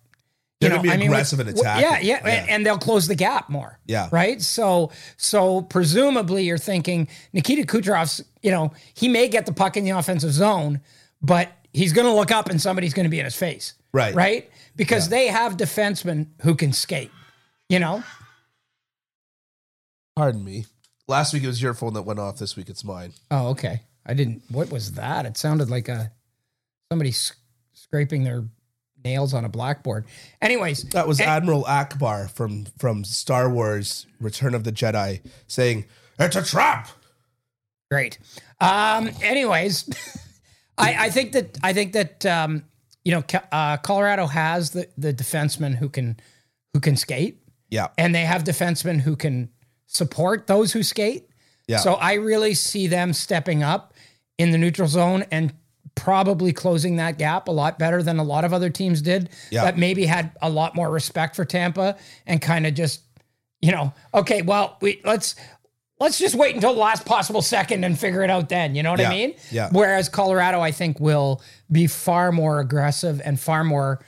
Speaker 2: you
Speaker 1: They're gonna
Speaker 2: know,
Speaker 1: be
Speaker 2: I mean, with-
Speaker 1: aggressive and
Speaker 2: with-
Speaker 1: attacking.
Speaker 2: Yeah, yeah,
Speaker 1: Yeah.
Speaker 2: and they'll close the gap more.
Speaker 1: Yeah.
Speaker 2: right. So so presumably you're thinking Nikita Kucherov's. You know, he may get the puck in the offensive zone, but he's going to look up and somebody's going to be in his face.
Speaker 1: Right.
Speaker 2: right, because they have defensemen who can skate. You know,
Speaker 1: Pardon me. Last week it was your phone that went off. This week it's mine.
Speaker 2: Oh, okay. I didn't. What was that? It sounded like a somebody sc- scraping their nails on a blackboard. Anyways,
Speaker 1: That was Admiral Akbar from from Star Wars: Return of the Jedi saying, "It's a trap."
Speaker 2: great. Um, anyways, [LAUGHS] I, I think that I think that um, you know Ca- uh, Colorado has the the defensemen who can who can skate,
Speaker 1: Yeah,
Speaker 2: and they have defensemen who can support those who skate.
Speaker 1: yeah.
Speaker 2: So I really see them stepping up in the neutral zone and probably closing that gap a lot better than a lot of other teams did
Speaker 1: Yeah.
Speaker 2: that maybe had a lot more respect for Tampa and kind of just, you know, okay, well, we let's let's just wait until the last possible second and figure it out then. You know what
Speaker 1: Yeah.
Speaker 2: I mean?
Speaker 1: Yeah.
Speaker 2: Whereas Colorado, I think, will be far more aggressive and far more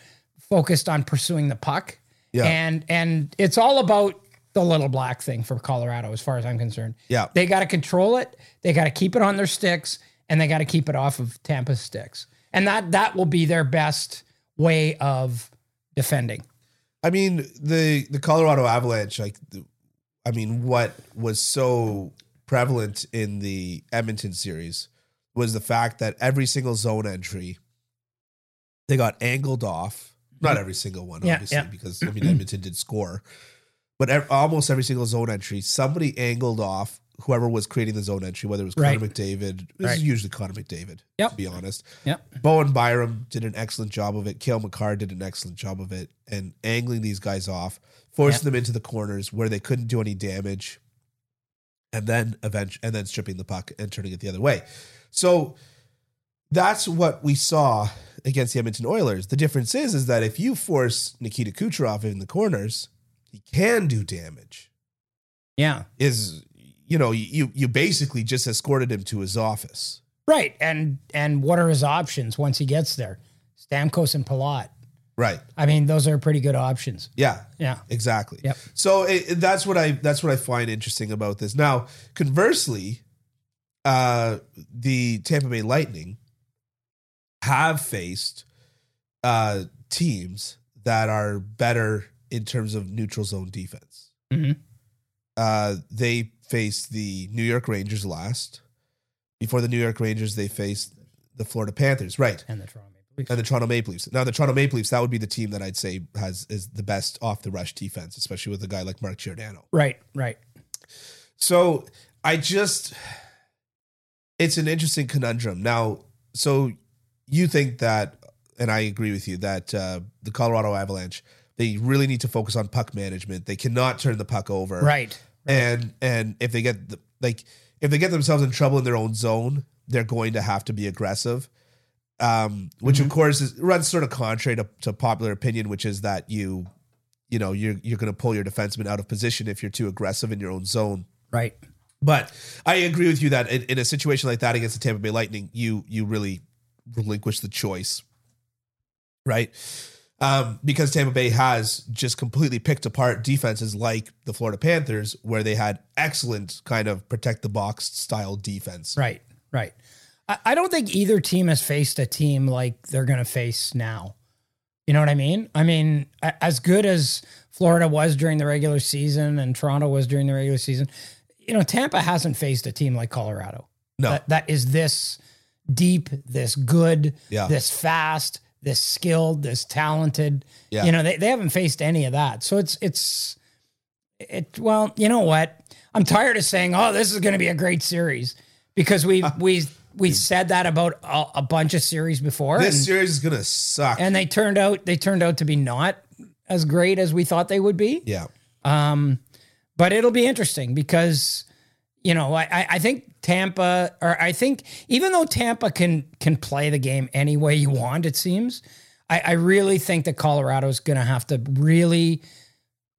Speaker 2: focused on pursuing the puck.
Speaker 1: Yeah.
Speaker 2: And and it's all about the little black thing for Colorado, as far as I'm concerned.
Speaker 1: Yeah.
Speaker 2: They got to control it. They got to keep it on their sticks, and they got to keep it off of Tampa's sticks. And that that will be their best way of defending.
Speaker 1: I mean the the Colorado Avalanche. Like, the- I mean, what was so prevalent in the Edmonton series was the fact that every single zone entry They got angled off. Not every single one,
Speaker 2: Mm-hmm. Yeah,
Speaker 1: obviously,
Speaker 2: yeah.
Speaker 1: because I mean Edmonton did score, but ev- almost every single zone entry, somebody angled off whoever was creating the zone entry, whether it was Connor
Speaker 2: Right.
Speaker 1: McDavid. This
Speaker 2: Right.
Speaker 1: is usually Connor McDavid,
Speaker 2: Yep.
Speaker 1: to be honest.
Speaker 2: Yep.
Speaker 1: Bowen Byram did an excellent job of it. Kale McCarr did an excellent job of it, and angling these guys off, forcing
Speaker 2: Yep.
Speaker 1: them into the corners where they couldn't do any damage, and then event- and then stripping the puck and turning it the other way. So that's what we saw against the Edmonton Oilers. The difference is is that if you force Nikita Kucherov in the corners, he can do damage.
Speaker 2: Yeah.
Speaker 1: Is you know you you basically just escorted him to his office.
Speaker 2: Right. And and what are his options once he gets there? Stamkos and Palat.
Speaker 1: Right.
Speaker 2: I mean, those are pretty good options.
Speaker 1: Yeah.
Speaker 2: Yeah.
Speaker 1: Exactly.
Speaker 2: Yep.
Speaker 1: So it, it- that's what I that's what I find interesting about this. Now, conversely, uh, the Tampa Bay Lightning have faced uh, teams that are better in terms of neutral zone defense.
Speaker 2: Mhm.
Speaker 1: Uh, they faced the New York Rangers last. Before the New York Rangers, they faced the Florida Panthers. Right
Speaker 2: And the Toronto Maple Leafs.
Speaker 1: and the Toronto Maple Leafs. Now the Toronto Maple Leafs, that would be the team that I'd say has is the best off the rush defense, especially with a guy like Mark Giordano.
Speaker 2: Right. Right.
Speaker 1: So I just it's an interesting conundrum. Now, so you think that and I agree with you that uh, the Colorado Avalanche they really need to focus on puck management. They cannot turn the puck over.
Speaker 2: Right.
Speaker 1: And and if they get the, like if they get themselves in trouble in their own zone, they're going to have to be aggressive. Um, which of course is, runs sort of contrary to, to popular opinion, which is that you, you know, you're you're going to pull your defenseman out of position if you're too aggressive in your own zone.
Speaker 2: Right.
Speaker 1: But I agree with you that in, in a situation like that against the Tampa Bay Lightning, you you really relinquish the choice, right? Um, because Tampa Bay has just completely picked apart defenses like the Florida Panthers, where they had excellent kind of protect the box style defense.
Speaker 2: Right. Right. I, I don't think either team has faced a team like they're going to face now. You know what I mean? I mean, a- as good as Florida was during the regular season and Toronto was during the regular season, you know, Tampa hasn't faced a team like Colorado.
Speaker 1: No.
Speaker 2: That, that is this deep, this good,
Speaker 1: Yeah.
Speaker 2: this fast, this skilled, this talented.
Speaker 1: Yeah.
Speaker 2: You know, they, they haven't faced any of that. So it's, it's, it, well, you know what? I'm tired of saying, oh, this is going to be a great series because we, we, we said that about a, a bunch of series before.
Speaker 1: This
Speaker 2: and-
Speaker 1: series is gonna suck.
Speaker 2: and they turned out they turned out to be not as great as we thought they would be.
Speaker 1: yeah.
Speaker 2: Um, but it'll be interesting because you know I- I, I think Tampa or I think even though Tampa can can play the game any way you want, it seems. I, I really think that Colorado's going to have to really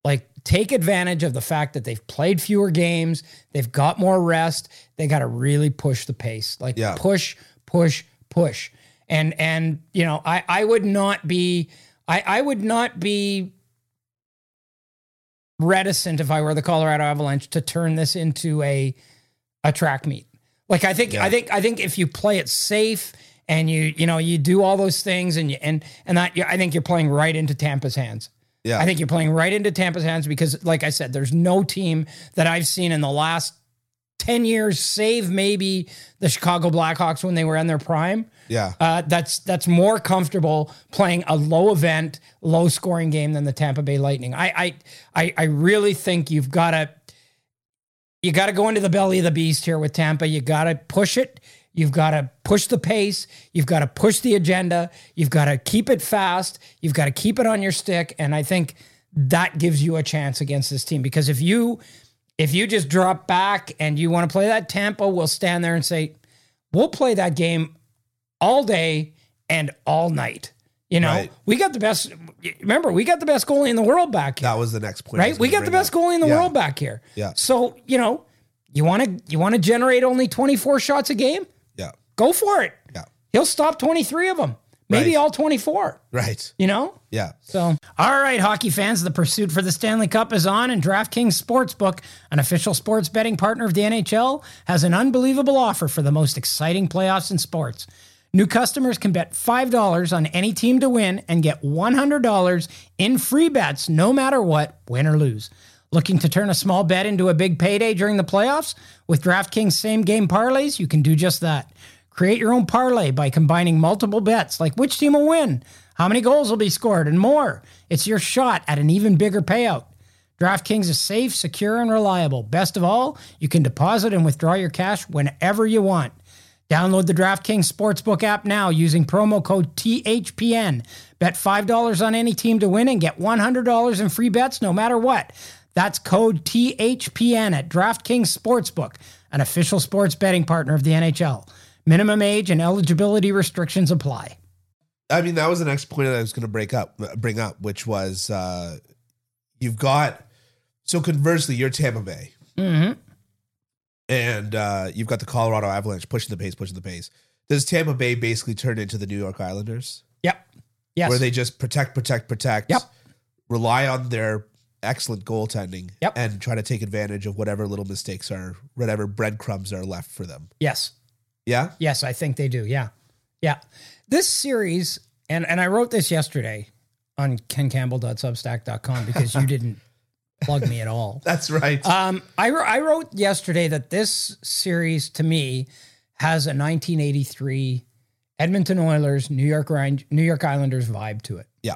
Speaker 2: like take advantage of the fact that they've played fewer games, they've got more rest, they got to really push the pace. Like
Speaker 1: Yeah.
Speaker 2: push, push, push. And and you know, I I would not be I I would not be reticent if I were the Colorado Avalanche to turn this into a a track meet. Like I think
Speaker 1: Yeah.
Speaker 2: I think I think if you play it safe and you you know you do all those things and you and and that yeah, I think you're playing right into Tampa's hands.
Speaker 1: Yeah.
Speaker 2: I think you're playing right into Tampa's hands because, like I said, there's no team that I've seen in the last 10 years, save maybe the Chicago Blackhawks when they were in their prime.
Speaker 1: yeah.
Speaker 2: Uh, that's that's more comfortable playing a low event, low scoring game than the Tampa Bay Lightning. I I I, I really think you've got to you got to go into the belly of the beast here with Tampa. You got to push it. You've got to push the pace. You've got to push the agenda. You've got to keep it fast. You've got to keep it on your stick. And I think that gives you a chance against this team because if you if you just drop back and you want to play that Tampa, will stand there and say, "We'll play that game all day and all night." You know,
Speaker 1: Right.
Speaker 2: we got the best. Remember, we got the best goalie in the world back here
Speaker 1: That was the next point. I
Speaker 2: right?
Speaker 1: was
Speaker 2: We
Speaker 1: gonna
Speaker 2: got the
Speaker 1: bring
Speaker 2: best
Speaker 1: up.
Speaker 2: goalie in the
Speaker 1: Yeah.
Speaker 2: world back here.
Speaker 1: Yeah.
Speaker 2: So you know, you want to you want to generate only twenty four shots a game?
Speaker 1: Yeah.
Speaker 2: Go for it.
Speaker 1: Yeah.
Speaker 2: He'll stop twenty three of them, maybe
Speaker 1: Right.
Speaker 2: all twenty four.
Speaker 1: Right.
Speaker 2: You know.
Speaker 1: Yeah.
Speaker 2: So, all right, hockey fans, the pursuit for the Stanley Cup is on, and DraftKings Sportsbook, an official sports betting partner of the NHL, has an unbelievable offer for the most exciting playoffs in sports. New customers can bet $5 on any team to win and get $100 in free bets no matter what, win or lose. Looking to turn a small bet into a big payday during the playoffs? With DraftKings same game parlays, you can do just that. Create your own parlay by combining multiple bets, like which team will win, how many goals will be scored, and more. It's your shot at an even bigger payout. DraftKings is safe, secure, and reliable. Best of all, you can deposit and withdraw your cash whenever you want. Download the DraftKings Sportsbook app now using promo code THPN. Bet $5 on any team to win and get $100 in free bets no matter what. That's code THPN at DraftKings Sportsbook, an official sports betting partner of the NHL. Minimum age and eligibility restrictions apply.
Speaker 1: I mean, that was the next point that I was going to break up, bring up, which was uh, you've got. So conversely, you're Tampa Bay,
Speaker 2: Mm-hmm.
Speaker 1: and uh, you've got the Colorado Avalanche pushing the pace, pushing the pace. Does Tampa Bay basically turn into the New York Islanders,
Speaker 2: Yep. Yes.
Speaker 1: where they just protect, protect, protect?
Speaker 2: Yep.
Speaker 1: Rely on their excellent goaltending
Speaker 2: Yep.
Speaker 1: and try to take advantage of whatever little mistakes are, whatever breadcrumbs are left for them.
Speaker 2: yes.
Speaker 1: Yeah.
Speaker 2: Yes, I think they do. Yeah. Yeah. This series, and, and I wrote this yesterday on kencampbell.substack.com because
Speaker 1: [LAUGHS]
Speaker 2: you didn't plug me at all.
Speaker 1: That's right.
Speaker 2: Um, I, wr- I wrote yesterday that this series to me has a 1983 Edmonton Oilers, New York, Rang- New York Islanders vibe to it.
Speaker 1: yeah.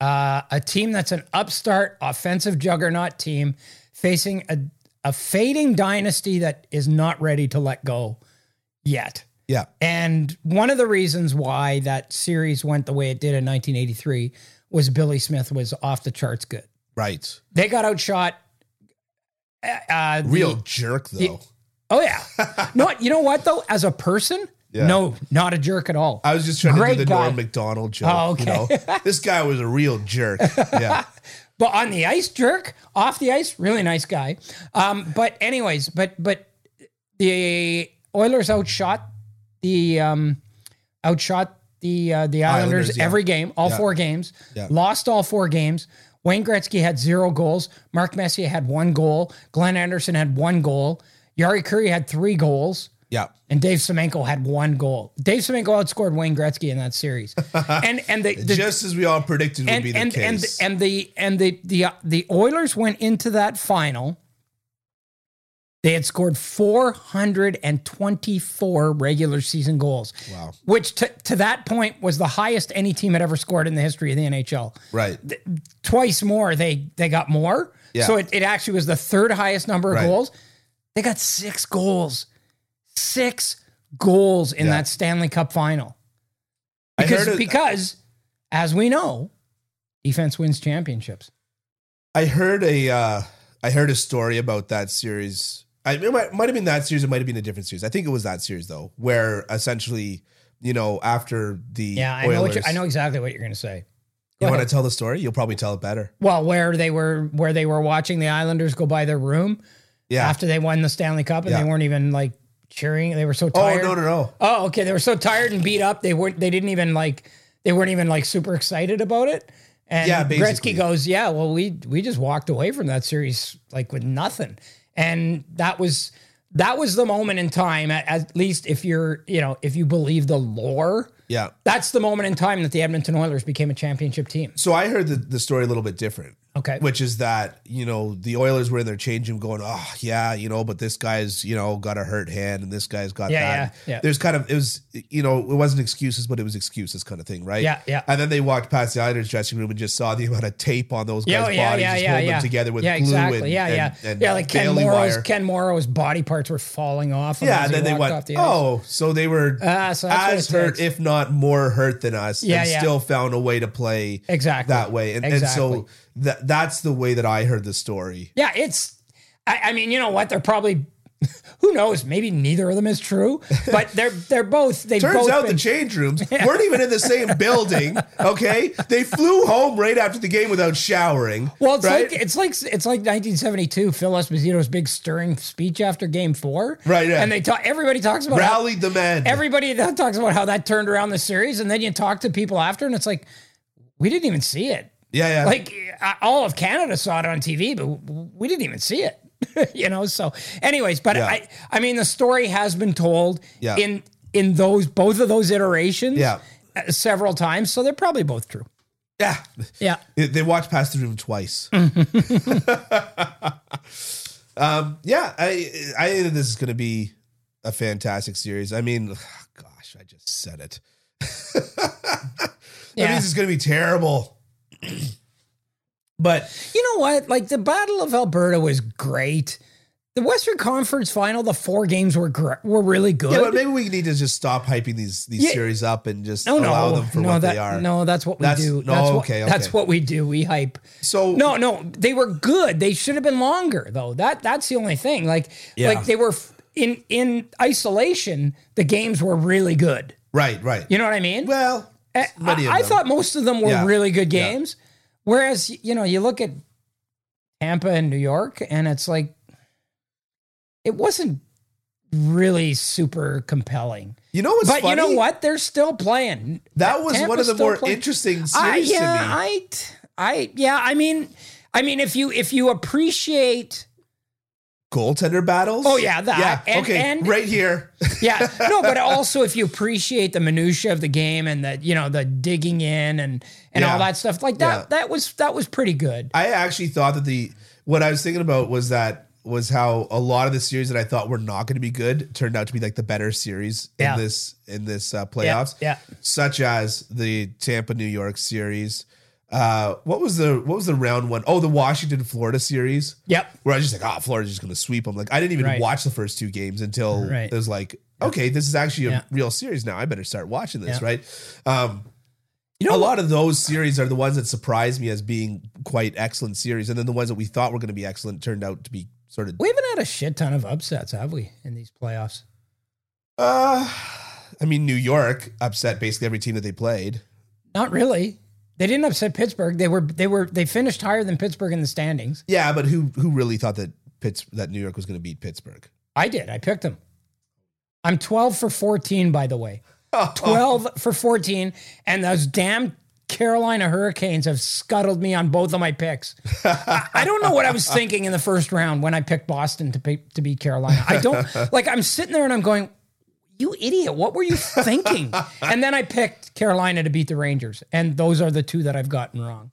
Speaker 2: Uh, a team that's an upstart offensive juggernaut team facing a, a fading dynasty that is not ready to let go yet.
Speaker 1: Yeah.
Speaker 2: And one of the reasons why that series went the way it did in 1983 was Billy Smith was off the charts good.
Speaker 1: Right.
Speaker 2: They got outshot. Uh, the-
Speaker 1: Real jerk though.
Speaker 2: oh yeah. [LAUGHS] Not you know what though? As a person,
Speaker 1: Yeah.
Speaker 2: no, not a jerk at all.
Speaker 1: I was just trying
Speaker 2: Great
Speaker 1: to do the
Speaker 2: guy.
Speaker 1: Norm McDonald joke.
Speaker 2: Oh, okay. [LAUGHS]
Speaker 1: You know? this guy was a real jerk. Yeah.
Speaker 2: but on the ice jerk off the ice really nice guy um but anyways but but the oilers outshot the um outshot the uh, the islanders,
Speaker 1: Islanders, yeah.
Speaker 2: every game all
Speaker 1: Yeah.
Speaker 2: four games
Speaker 1: Yeah.
Speaker 2: lost all four games wayne gretzky had zero goals mark messier had one goal glenn anderson had one goal yari curry had three goals
Speaker 1: Yeah.
Speaker 2: and Dave Semenko had one goal. Dave Semenko outscored Wayne Gretzky in that series,
Speaker 1: [LAUGHS]
Speaker 2: and and the, the
Speaker 1: just as we all predicted would be the
Speaker 2: and,
Speaker 1: case.
Speaker 2: And, and the and the the uh, the Oilers went into that final. They had scored 424 regular season goals.
Speaker 1: Wow.
Speaker 2: Which to, to that point was the highest any team had ever scored in the history of the NHL
Speaker 1: right.
Speaker 2: twice more they they got more
Speaker 1: Yeah.
Speaker 2: so it, it actually was the third highest number of
Speaker 1: Right.
Speaker 2: goals they got six goals six goals in
Speaker 1: Yeah.
Speaker 2: that stanley cup final
Speaker 1: I
Speaker 2: because
Speaker 1: heard it-
Speaker 2: because as we know defense wins championships
Speaker 1: I heard a uh, I heard a story about that series. I it might, might have been that series. It might have been a different series. I think it was that series though, where essentially, you know, after the
Speaker 2: yeah i know
Speaker 1: Oilers,
Speaker 2: what you, i know exactly what you're going to say
Speaker 1: You
Speaker 2: Go
Speaker 1: want to
Speaker 2: ahead.
Speaker 1: tell the story? You'll probably tell it better.
Speaker 2: well where they were where they were watching the islanders go by their room
Speaker 1: Yeah.
Speaker 2: after they won the stanley cup and
Speaker 1: Yeah.
Speaker 2: they weren't even like cheering they were so
Speaker 1: oh
Speaker 2: tired
Speaker 1: no no no.
Speaker 2: Oh, okay. They were so tired and beat up. They weren't. They didn't even like. They weren't even like super excited about it. And
Speaker 1: Yeah, basically.
Speaker 2: Gretzky goes, "Yeah, well, we we just walked away from that series like with nothing." And that was that was the moment in time. At, at least if you're, you know, if you believe the lore,
Speaker 1: Yeah.
Speaker 2: that's the moment in time that the Edmonton Oilers became a championship team.
Speaker 1: So I heard the, the story a little bit different.
Speaker 2: Okay.
Speaker 1: Which is that, you know, the Oilers were in their change room going, oh, yeah, you know, but this guy's, you know, got a hurt hand and this guy's got
Speaker 2: Yeah,
Speaker 1: that.
Speaker 2: yeah, yeah.
Speaker 1: There's kind of, it was, you know, it wasn't excuses, but it was excuses kind of thing, right?
Speaker 2: Yeah, yeah.
Speaker 1: And then they walked past the Islanders dressing room and just saw the amount of tape on those
Speaker 2: Yeah, oh,
Speaker 1: guys'
Speaker 2: yeah,
Speaker 1: bodies,
Speaker 2: yeah,
Speaker 1: just
Speaker 2: yeah,
Speaker 1: holding
Speaker 2: yeah.
Speaker 1: them together with
Speaker 2: yeah,
Speaker 1: glue
Speaker 2: exactly.
Speaker 1: and,
Speaker 2: yeah, yeah,
Speaker 1: and, and
Speaker 2: yeah. Like Ken
Speaker 1: baling
Speaker 2: Morrow's
Speaker 1: wire.
Speaker 2: Ken Morrow's body parts were falling off.
Speaker 1: yeah,
Speaker 2: as
Speaker 1: and
Speaker 2: he
Speaker 1: then they
Speaker 2: walked
Speaker 1: went,
Speaker 2: off the ice.
Speaker 1: oh, so they were
Speaker 2: Ah, so that's what
Speaker 1: as
Speaker 2: it
Speaker 1: hurt,
Speaker 2: takes.
Speaker 1: if not more hurt than us,
Speaker 2: Yeah,
Speaker 1: and
Speaker 2: yeah.
Speaker 1: still found a way to play
Speaker 2: exactly
Speaker 1: that way. And,
Speaker 2: Exactly.
Speaker 1: and so that that's the way that I heard the story.
Speaker 2: Yeah, it's. I, I mean, you know what? They're probably. [LAUGHS] Who knows? Maybe neither of them is true, but they're they're both. They
Speaker 1: Turns
Speaker 2: both
Speaker 1: out
Speaker 2: been-
Speaker 1: the change
Speaker 2: [LAUGHS]
Speaker 1: rooms weren't even in the same building. Okay, they flew home right after the game without showering.
Speaker 2: well, it's
Speaker 1: right?
Speaker 2: like it's like it's like 1972. Phil Esposito's big stirring speech after Game Four,
Speaker 1: Right, yeah.
Speaker 2: And they talk. Everybody talks about how,
Speaker 1: rallied the men.
Speaker 2: everybody [LAUGHS] that talks about how that turned around the series, and then you talk to people after, and it's like we didn't even see it.
Speaker 1: yeah, yeah,
Speaker 2: [LAUGHS] Like I- all of Canada saw it on TV, but we didn't even see it. [LAUGHS] you know, so anyways, but
Speaker 1: Yeah.
Speaker 2: I I mean the story has been told
Speaker 1: Yeah.
Speaker 2: in in those both of those iterations
Speaker 1: Yeah.
Speaker 2: uh, several times, so they're probably both true.
Speaker 1: yeah.
Speaker 2: Yeah.
Speaker 1: They- They walked past the room
Speaker 2: [LAUGHS]
Speaker 1: twice. um, yeah, I I think this is going to be a fantastic series. I mean, gosh, I just said it. That
Speaker 2: Yeah.
Speaker 1: means it's going to be terrible. but
Speaker 2: You know what? Like the Battle of Alberta was great. The Western Conference Final, the four games were gr- were really good.
Speaker 1: yeah, but maybe we need to just stop hyping these these
Speaker 2: Yeah.
Speaker 1: series up and just
Speaker 2: no, no,
Speaker 1: allow them for
Speaker 2: no,
Speaker 1: what
Speaker 2: that,
Speaker 1: they are.
Speaker 2: No, that's what we
Speaker 1: That's-
Speaker 2: do.
Speaker 1: no,
Speaker 2: that's what,
Speaker 1: okay,
Speaker 2: that's
Speaker 1: okay.
Speaker 2: what we do. We hype.
Speaker 1: So
Speaker 2: No, no, they were good. They should have been longer though. That that's the only thing. Like
Speaker 1: Yeah.
Speaker 2: like they were f- in in isolation. The games were really good.
Speaker 1: right, right.
Speaker 2: You know what I mean?
Speaker 1: Well,
Speaker 2: I,
Speaker 1: many of
Speaker 2: I
Speaker 1: them.
Speaker 2: thought most of them were
Speaker 1: Yeah.
Speaker 2: really good games. Whereas, you know, you look at Tampa and New York, and it's like, it wasn't really super compelling.
Speaker 1: you know what's
Speaker 2: But
Speaker 1: funny?
Speaker 2: you know what? They're still playing.
Speaker 1: That was one of
Speaker 2: Tampa's
Speaker 1: the
Speaker 2: still
Speaker 1: more
Speaker 2: playing.
Speaker 1: interesting
Speaker 2: I,
Speaker 1: series to me.
Speaker 2: yeah, I, t- I, yeah, I mean, I mean, if you if you appreciate,
Speaker 1: Goaltender battles.
Speaker 2: Oh, yeah, that.
Speaker 1: yeah.
Speaker 2: And-
Speaker 1: okay,
Speaker 2: and-
Speaker 1: right here. [LAUGHS]
Speaker 2: yeah, no, but also if you appreciate the minutia of the game and the you know the digging in and and
Speaker 1: Yeah.
Speaker 2: all that stuff like that,
Speaker 1: Yeah.
Speaker 2: that was that was pretty good.
Speaker 1: I actually thought that the what I was thinking about was that was how a lot of the series that I thought were not going to be good turned out to be like the better series
Speaker 2: Yeah.
Speaker 1: in this in this uh,
Speaker 2: Yeah,
Speaker 1: playoffs.
Speaker 2: yeah.
Speaker 1: such as the Tampa New York series. Uh, what was the what was the round one? Oh, the Washington Florida series.
Speaker 2: Yep.
Speaker 1: Where I was just like, oh, Florida's just going to sweep them. Like I didn't even
Speaker 2: Right.
Speaker 1: watch the first two games until
Speaker 2: Right.
Speaker 1: it was like, okay, this is actually a
Speaker 2: Yeah.
Speaker 1: real series now. I better start watching this,
Speaker 2: Yeah.
Speaker 1: right? Um,
Speaker 2: You know
Speaker 1: a lot of those series are the ones that surprised me as being quite excellent series, and then the ones that we thought were going to be excellent turned out to be sort of.
Speaker 2: We haven't had a shit ton of upsets, have we, in these playoffs?
Speaker 1: Uh, I mean, New York upset basically every team that they played.
Speaker 2: Not really. They didn't upset Pittsburgh. They were they were they finished higher than Pittsburgh in the standings.
Speaker 1: Yeah, but who who really thought that Pitts that New York was going to beat Pittsburgh?
Speaker 2: I did. I picked them. I'm 12 for 14, by the way. 12 for 14, and those damn Carolina Hurricanes have scuttled me on both of my picks. I, I don't know what I was thinking in the first round when I picked Boston to be, to beat Carolina. I don't like. I'm sitting there and I'm going, "You idiot! What were you thinking?" and then I picked Carolina to beat the Rangers, and those are the two that I've gotten wrong.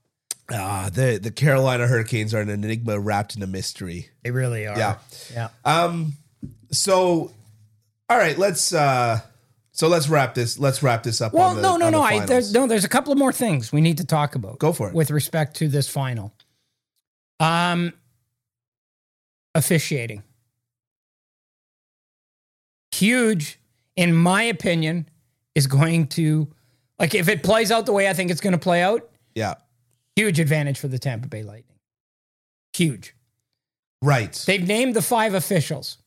Speaker 1: Ah, the the Carolina Hurricanes are an enigma wrapped in a mystery.
Speaker 2: They really are.
Speaker 1: Yeah.
Speaker 2: Yeah.
Speaker 1: So, all right, let's uh, so let's wrap this. Let's wrap this up.
Speaker 2: Well,
Speaker 1: on the-
Speaker 2: no, no,
Speaker 1: on the
Speaker 2: no. I,
Speaker 1: finals.
Speaker 2: there's, no, there's a couple of more things we need to talk about.
Speaker 1: Go for it.
Speaker 2: With respect to this final, um, officiating, huge, in my opinion, is going to, like, if it plays out the way I think it's going to play out,
Speaker 1: yeah,
Speaker 2: huge advantage for the Tampa Bay Lightning. Huge.
Speaker 1: right.
Speaker 2: They've named the five officials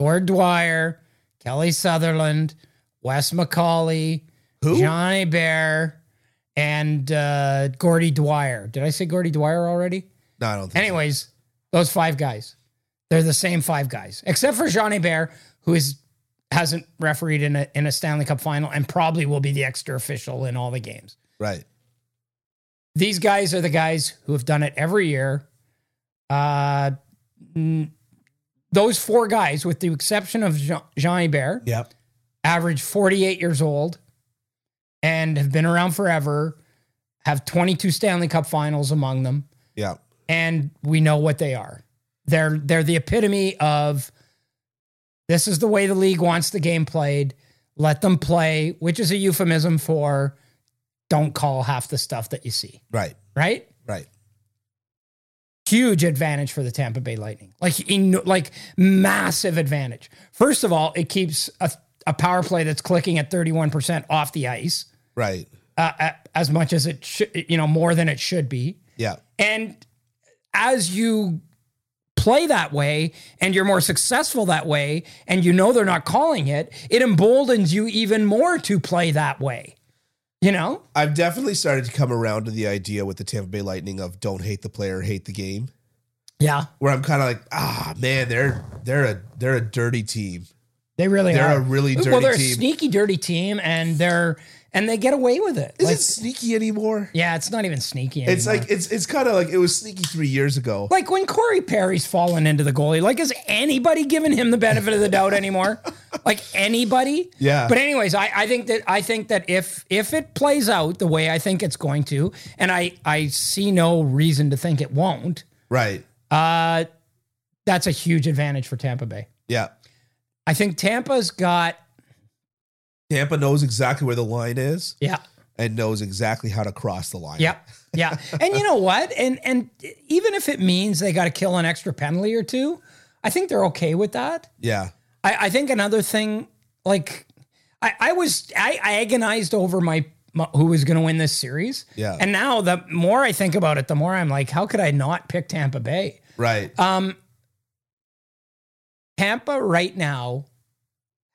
Speaker 2: Gord Dwyer, Kelly Sutherland, Wes McCauley,
Speaker 1: who?
Speaker 2: Johnny Bear, and uh, Gordy Dwyer. Did I say Gordy Dwyer already?
Speaker 1: no, I don't. Think
Speaker 2: Anyways, those five guys. They're the same five guys, except for Johnny Bear, who is hasn't refereed in a in a Stanley Cup final and probably will be the extra official in all the games.
Speaker 1: so. right.
Speaker 2: These guys are the guys who have done it every year. Uh, mm, those four guys, with the exception of Jean- Johnny Bear,
Speaker 1: Yep.
Speaker 2: average 48 years old and have been around forever, have 22 Stanley Cup finals among them,
Speaker 1: Yeah.
Speaker 2: and we know what they are. They're they're the epitome of this is the way the league wants the game played. Let them play, which is a euphemism for don't call half the stuff that you see,
Speaker 1: Right.
Speaker 2: right?
Speaker 1: Right.
Speaker 2: huge advantage for the Tampa Bay Lightning. Like eno- like massive advantage. First of all, it keeps a, a power play that's clicking at 31% off the ice
Speaker 1: Right.
Speaker 2: uh, a- as much as it should, you know, more than it should be.
Speaker 1: Yeah.
Speaker 2: And as you play that way and you're more successful that way and you know they're not calling it, it emboldens you even more to play that way. You know?
Speaker 1: I've definitely started to come around to the idea with the Tampa Bay Lightning of don't hate the player, hate the game.
Speaker 2: Yeah.
Speaker 1: Where I'm kind of like, ah, man, they're they're a they're a dirty team.
Speaker 2: They really
Speaker 1: They're
Speaker 2: are.
Speaker 1: a really dirty
Speaker 2: well, they're a
Speaker 1: team.
Speaker 2: sneaky, dirty team, and they're and they get away with it.
Speaker 1: Is
Speaker 2: Like,
Speaker 1: it sneaky anymore?
Speaker 2: yeah, it's not even sneaky. Anymore.
Speaker 1: It's like it's it's kind of like it was sneaky three years ago.
Speaker 2: like when Corey Perry's fallen into the goalie. Like, is anybody giving him the benefit of the
Speaker 1: [LAUGHS]
Speaker 2: doubt anymore? like anybody?
Speaker 1: Yeah.
Speaker 2: But anyways, I, I think that I think that if if it plays out the way I think it's going to, and I I see no reason to think it won't,
Speaker 1: Right.
Speaker 2: uh, that's a huge advantage for Tampa Bay.
Speaker 1: Yeah.
Speaker 2: I think Tampa's got
Speaker 1: Tampa knows exactly where the line is
Speaker 2: yeah,
Speaker 1: and knows exactly how to cross the line.
Speaker 2: yeah, yeah. and you know what? And and even if it means they got to kill an extra penalty or two, I think they're okay with that.
Speaker 1: Yeah.
Speaker 2: I, I think another thing, like I, I was, I, I agonized over my, my who was going to win this series.
Speaker 1: Yeah.
Speaker 2: And now the more I think about it, the more I'm like, how could I not pick Tampa Bay?
Speaker 1: Right.
Speaker 2: Um, Tampa right now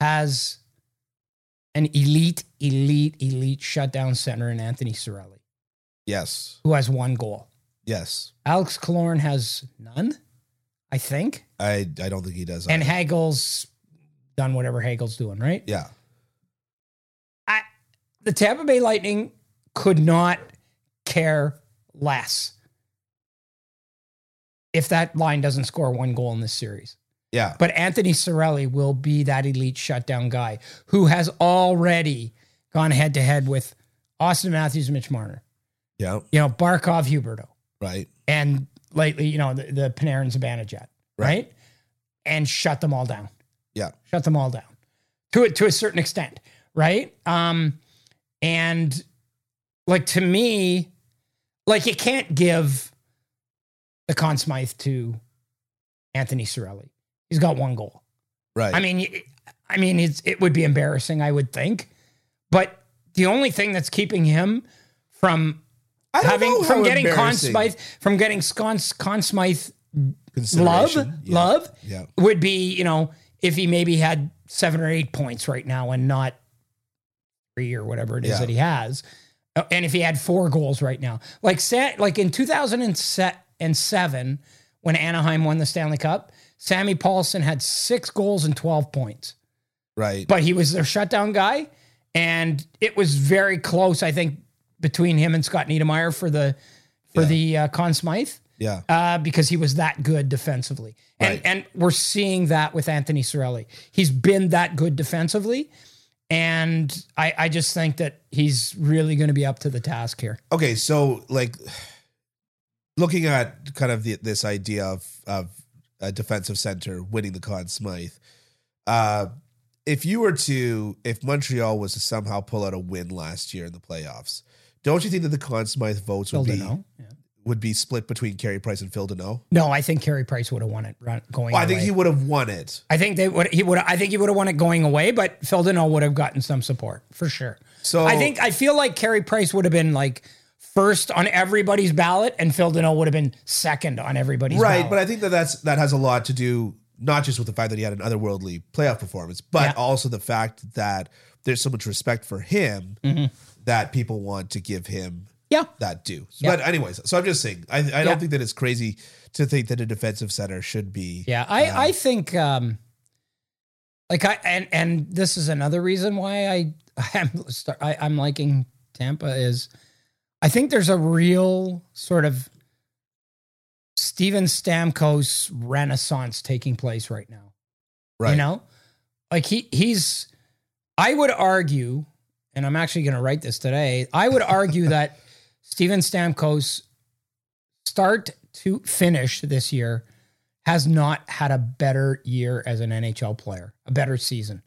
Speaker 2: has an elite, elite, elite shutdown center in Anthony Sorelli,
Speaker 1: Yes.
Speaker 2: who has one goal.
Speaker 1: Yes.
Speaker 2: Alex Kalorn has none, I think.
Speaker 1: I I don't think he does.
Speaker 2: And
Speaker 1: either.
Speaker 2: Hagel's done whatever Hagel's doing, right?
Speaker 1: yeah.
Speaker 2: the Tampa Bay Lightning could not care less if that line doesn't score one goal in this series.
Speaker 1: Yeah.
Speaker 2: But Anthony Sorelli will be that elite shutdown guy who has already gone head to head with Austin Matthews, Mitch Marner,
Speaker 1: Yeah.
Speaker 2: you know, Barkov, Huberto,
Speaker 1: Right.
Speaker 2: and lately, you know, the, the Panarin Zibanejad, right? right? And shut them all down
Speaker 1: Yeah.
Speaker 2: shut them all down to it to a certain extent, right? Um, and like to me, like you can't give the Conn Smythe to Anthony Sorelli. He's got one goal.
Speaker 1: Right.
Speaker 2: I mean, it- I mean, it's it would be embarrassing, I would think, but the only thing that's keeping him from
Speaker 1: I don't
Speaker 2: having
Speaker 1: know
Speaker 2: from
Speaker 1: how
Speaker 2: getting Conn
Speaker 1: embarrassing
Speaker 2: Smythe from getting Conn, Conn Smythe love
Speaker 1: consideration. Yeah.
Speaker 2: love
Speaker 1: Yeah.
Speaker 2: would be, you know, if he maybe had seven or eight points right now and not three or whatever it is
Speaker 1: Yeah.
Speaker 2: that he has. Uh, And if he had four goals right now, like set, like in 2007, when Anaheim won the Stanley Cup, Sammy Paulson had six goals and 12 points,
Speaker 1: Right.
Speaker 2: but he was their shutdown guy. And it was very close, I think, between him and Scott Niedermayer for the, for
Speaker 1: Yeah.
Speaker 2: the uh, Conn Smythe
Speaker 1: yeah.
Speaker 2: uh, because he was that good defensively. And
Speaker 1: Right.
Speaker 2: and we're seeing that with Anthony Sorelli. He's been that good defensively. And I, I just think that he's really going to be up to the task here.
Speaker 1: Okay. So like looking at kind of the, this idea of of a defensive center winning the Conn Smythe. Uh, if you were to if Montreal was to somehow pull out a win last year in the playoffs, don't you think that the Conn Smythe votes
Speaker 2: Phil
Speaker 1: would be
Speaker 2: Deneau. Yeah.
Speaker 1: would be split between Carey Price and Phil Deneau?
Speaker 2: No, I think Carey Price would have won it run, going.
Speaker 1: Well, I think
Speaker 2: away.
Speaker 1: he would have won it.
Speaker 2: I think they would. He would. I think he would have won it going away, but Phil Deneau would have gotten some support for sure.
Speaker 1: So
Speaker 2: I think. I feel like Carey Price would have been like first on everybody's ballot, and Phil Deneau would have been second on everybody's
Speaker 1: right,
Speaker 2: ballot.
Speaker 1: but I think that that's that has a lot to do not just with the fact that he had an otherworldly playoff performance, but
Speaker 2: Yeah.
Speaker 1: also the fact that there's so much respect for him that people want to give him
Speaker 2: Mm-hmm. yeah,
Speaker 1: that due.
Speaker 2: Yeah.
Speaker 1: But anyways, so I'm just saying, I, I
Speaker 2: Yeah.
Speaker 1: don't think that it's crazy to think that a defensive center should be.
Speaker 2: Yeah, I I think um like I and and this is another reason why I [LAUGHS] I'm start, I, I'm liking Tampa is I think there's a real sort of Steven Stamkos renaissance taking place right now.
Speaker 1: right.
Speaker 2: You know, like he he's I would argue, and I'm actually going to write this today. I would argue that Steven Stamkos start to finish this year has not had a better year as an NHL player, a better season.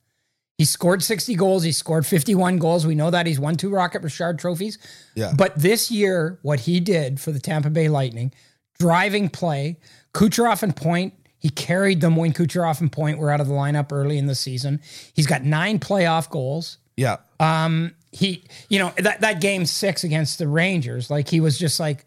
Speaker 2: He scored 60 goals. He scored 51 goals. We know that he's won two Rocket Richard trophies.
Speaker 1: Yeah.
Speaker 2: But this year, what he did for the Tampa Bay Lightning, driving play, Kucherov and Point, he carried them when Kucherov and Point were out of the lineup early in the season. He's got nine playoff goals.
Speaker 1: yeah.
Speaker 2: Um, he, you know, that, that game six against the Rangers, like he was just like,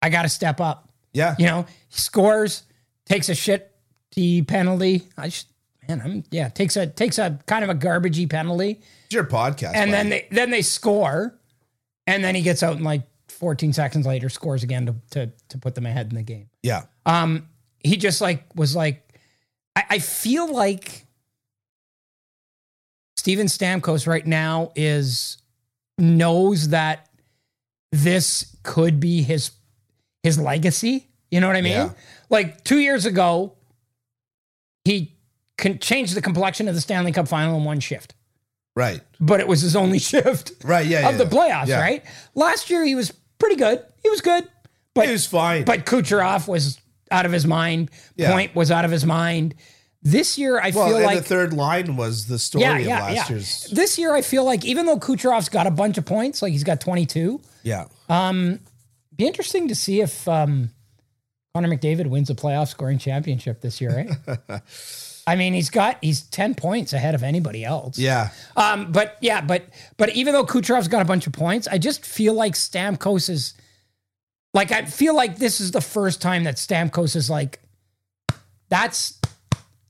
Speaker 2: I got to step up.
Speaker 1: Yeah.
Speaker 2: You know, he scores, takes a shitty penalty. I should, man, I'm, yeah, takes a, takes a kind of a garbagey penalty
Speaker 1: It's your podcast. buddy.
Speaker 2: and then they then they score, and then he gets out and like 14 seconds later scores again to to to put them ahead in the game.
Speaker 1: yeah.
Speaker 2: Um, he just like was like, I, I feel like Steven Stamkos right now is knows that this could be his his legacy. You know what I mean?
Speaker 1: Yeah.
Speaker 2: Like two years ago, he con- changed the complexion of the Stanley Cup final in one shift,
Speaker 1: Right.
Speaker 2: but it was his only [LAUGHS] shift
Speaker 1: Right. Yeah.
Speaker 2: of
Speaker 1: yeah,
Speaker 2: the
Speaker 1: yeah.
Speaker 2: playoffs,
Speaker 1: Yeah.
Speaker 2: right? Last year he was pretty good. He was good, but
Speaker 1: He was fine.
Speaker 2: but Kucherov was out of his mind.
Speaker 1: Yeah.
Speaker 2: Point was out of his mind. This year, I
Speaker 1: Well,
Speaker 2: feel
Speaker 1: and
Speaker 2: like
Speaker 1: the third line was the story
Speaker 2: yeah,
Speaker 1: of
Speaker 2: yeah,
Speaker 1: last
Speaker 2: yeah.
Speaker 1: year's.
Speaker 2: This year, I feel like even though Kucherov's got a bunch of points, like he's got 22,
Speaker 1: Yeah.
Speaker 2: be interesting to see if um, Connor McDavid wins the playoff scoring championship this year, right?
Speaker 1: [LAUGHS]
Speaker 2: I mean, he's got he's 10 points ahead of anybody else.
Speaker 1: Yeah.
Speaker 2: Um, but yeah, but but even though Kucherov's got a bunch of points, I just feel like Stamkos is like I feel like this is the first time that Stamkos is like that's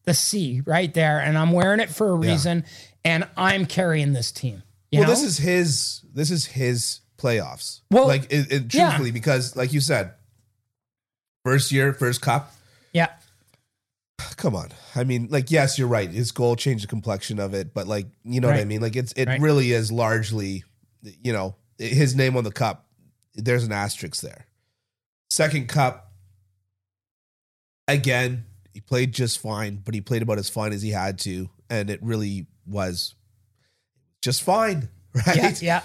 Speaker 2: the C right there, and I'm wearing it for a
Speaker 1: Yeah.
Speaker 2: reason, and I'm carrying this team. You
Speaker 1: well,
Speaker 2: know?
Speaker 1: this is his. This is his playoffs.
Speaker 2: Well,
Speaker 1: like it, it,
Speaker 2: yeah.
Speaker 1: truthfully, because like you said, first year, first cup. [LAUGHS]
Speaker 2: yeah,
Speaker 1: Come on, I mean, like yes, you're right. His goal changed the complexion of it, but like you know what I
Speaker 2: Right.
Speaker 1: mean. Like it's it
Speaker 2: Right.
Speaker 1: really is largely, you know, his name on the cup. There's an asterisk there. Second cup. Again, he played just fine, but he played about as fine as he had to, and it really was just fine, [LAUGHS] right?
Speaker 2: yeah, yeah,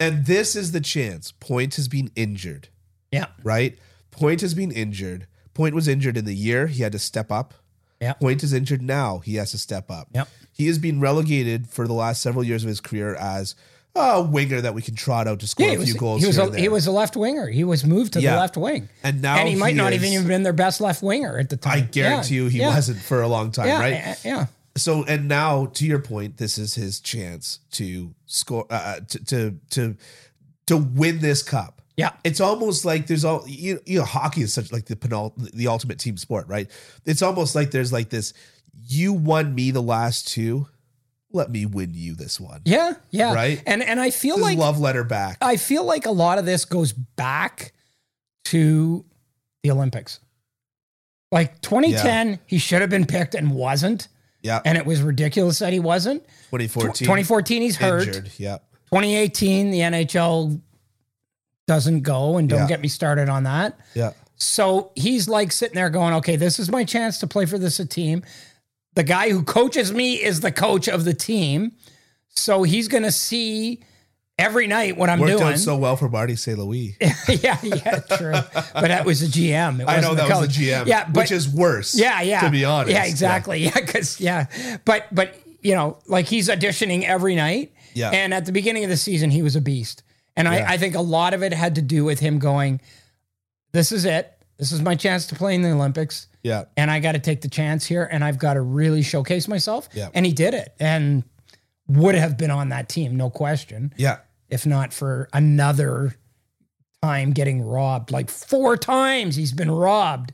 Speaker 1: And this is the chance. Point has been injured,
Speaker 2: yeah,
Speaker 1: right? Point has been injured. Point was injured in the year. He had to step up.
Speaker 2: Yeah.
Speaker 1: Point is injured now. He has to step up.
Speaker 2: Yep.
Speaker 1: He has been relegated for the last several years of his career as a winger that we can trot out to score
Speaker 2: yeah. He
Speaker 1: a few
Speaker 2: was,
Speaker 1: goals.
Speaker 2: he was
Speaker 1: here
Speaker 2: a
Speaker 1: and
Speaker 2: he
Speaker 1: there.
Speaker 2: was a left winger. He was moved to
Speaker 1: Yeah.
Speaker 2: the left wing,
Speaker 1: and now
Speaker 2: and he might not
Speaker 1: is-
Speaker 2: even have been their best left winger at the time.
Speaker 1: I guarantee
Speaker 2: Yeah,
Speaker 1: you, he
Speaker 2: yeah,
Speaker 1: wasn't for a long time,
Speaker 2: yeah, eh,
Speaker 1: right?
Speaker 2: yeah, Yeah,
Speaker 1: so and now to your point this is his chance to score uh, to, to to to win this cup
Speaker 2: Yeah.
Speaker 1: it's almost like there's all you, you know hockey is such like the penul- the ultimate team sport right it's almost like there's like this you won me the last two let me win you this one
Speaker 2: yeah, yeah.
Speaker 1: Right?
Speaker 2: And and I feel
Speaker 1: this
Speaker 2: like
Speaker 1: love letter back
Speaker 2: I feel like a lot of this goes back to the Olympics. Like 2010, he should have been picked and wasn't,
Speaker 1: yeah
Speaker 2: and it was ridiculous that he wasn't.
Speaker 1: 2014
Speaker 2: 2014, he's hurt.
Speaker 1: injured yeah
Speaker 2: 2018, the NHL doesn't go, and don't
Speaker 1: Yeah.
Speaker 2: get me started on that.
Speaker 1: yeah
Speaker 2: So he's like sitting there going, okay, this is my chance to play for this team. The guy who coaches me is the coach of the team. So he's going to see every night what I'm
Speaker 1: worked
Speaker 2: doing.
Speaker 1: out so well for Marty St. Louis
Speaker 2: [LAUGHS] yeah, yeah, true. But that was the GM. It
Speaker 1: I
Speaker 2: wasn't
Speaker 1: know
Speaker 2: the
Speaker 1: that
Speaker 2: coach.
Speaker 1: was the GM
Speaker 2: Yeah, but,
Speaker 1: which is worse
Speaker 2: yeah, yeah.
Speaker 1: to be honest
Speaker 2: yeah, exactly. [LAUGHS] Yeah, because yeah, but but you know, like he's auditioning every night.
Speaker 1: Yeah.
Speaker 2: and at the beginning of the season, he was a beast, and
Speaker 1: Yeah.
Speaker 2: I, I think a lot of it had to do with him going, "This is it. This is my chance to play in the Olympics."
Speaker 1: yeah
Speaker 2: and I got to take the chance here and I've got to really showcase myself.
Speaker 1: Yeah.
Speaker 2: And he did it and would have been on that team, no question,
Speaker 1: yeah
Speaker 2: if not for another time getting robbed. Like four times he's been robbed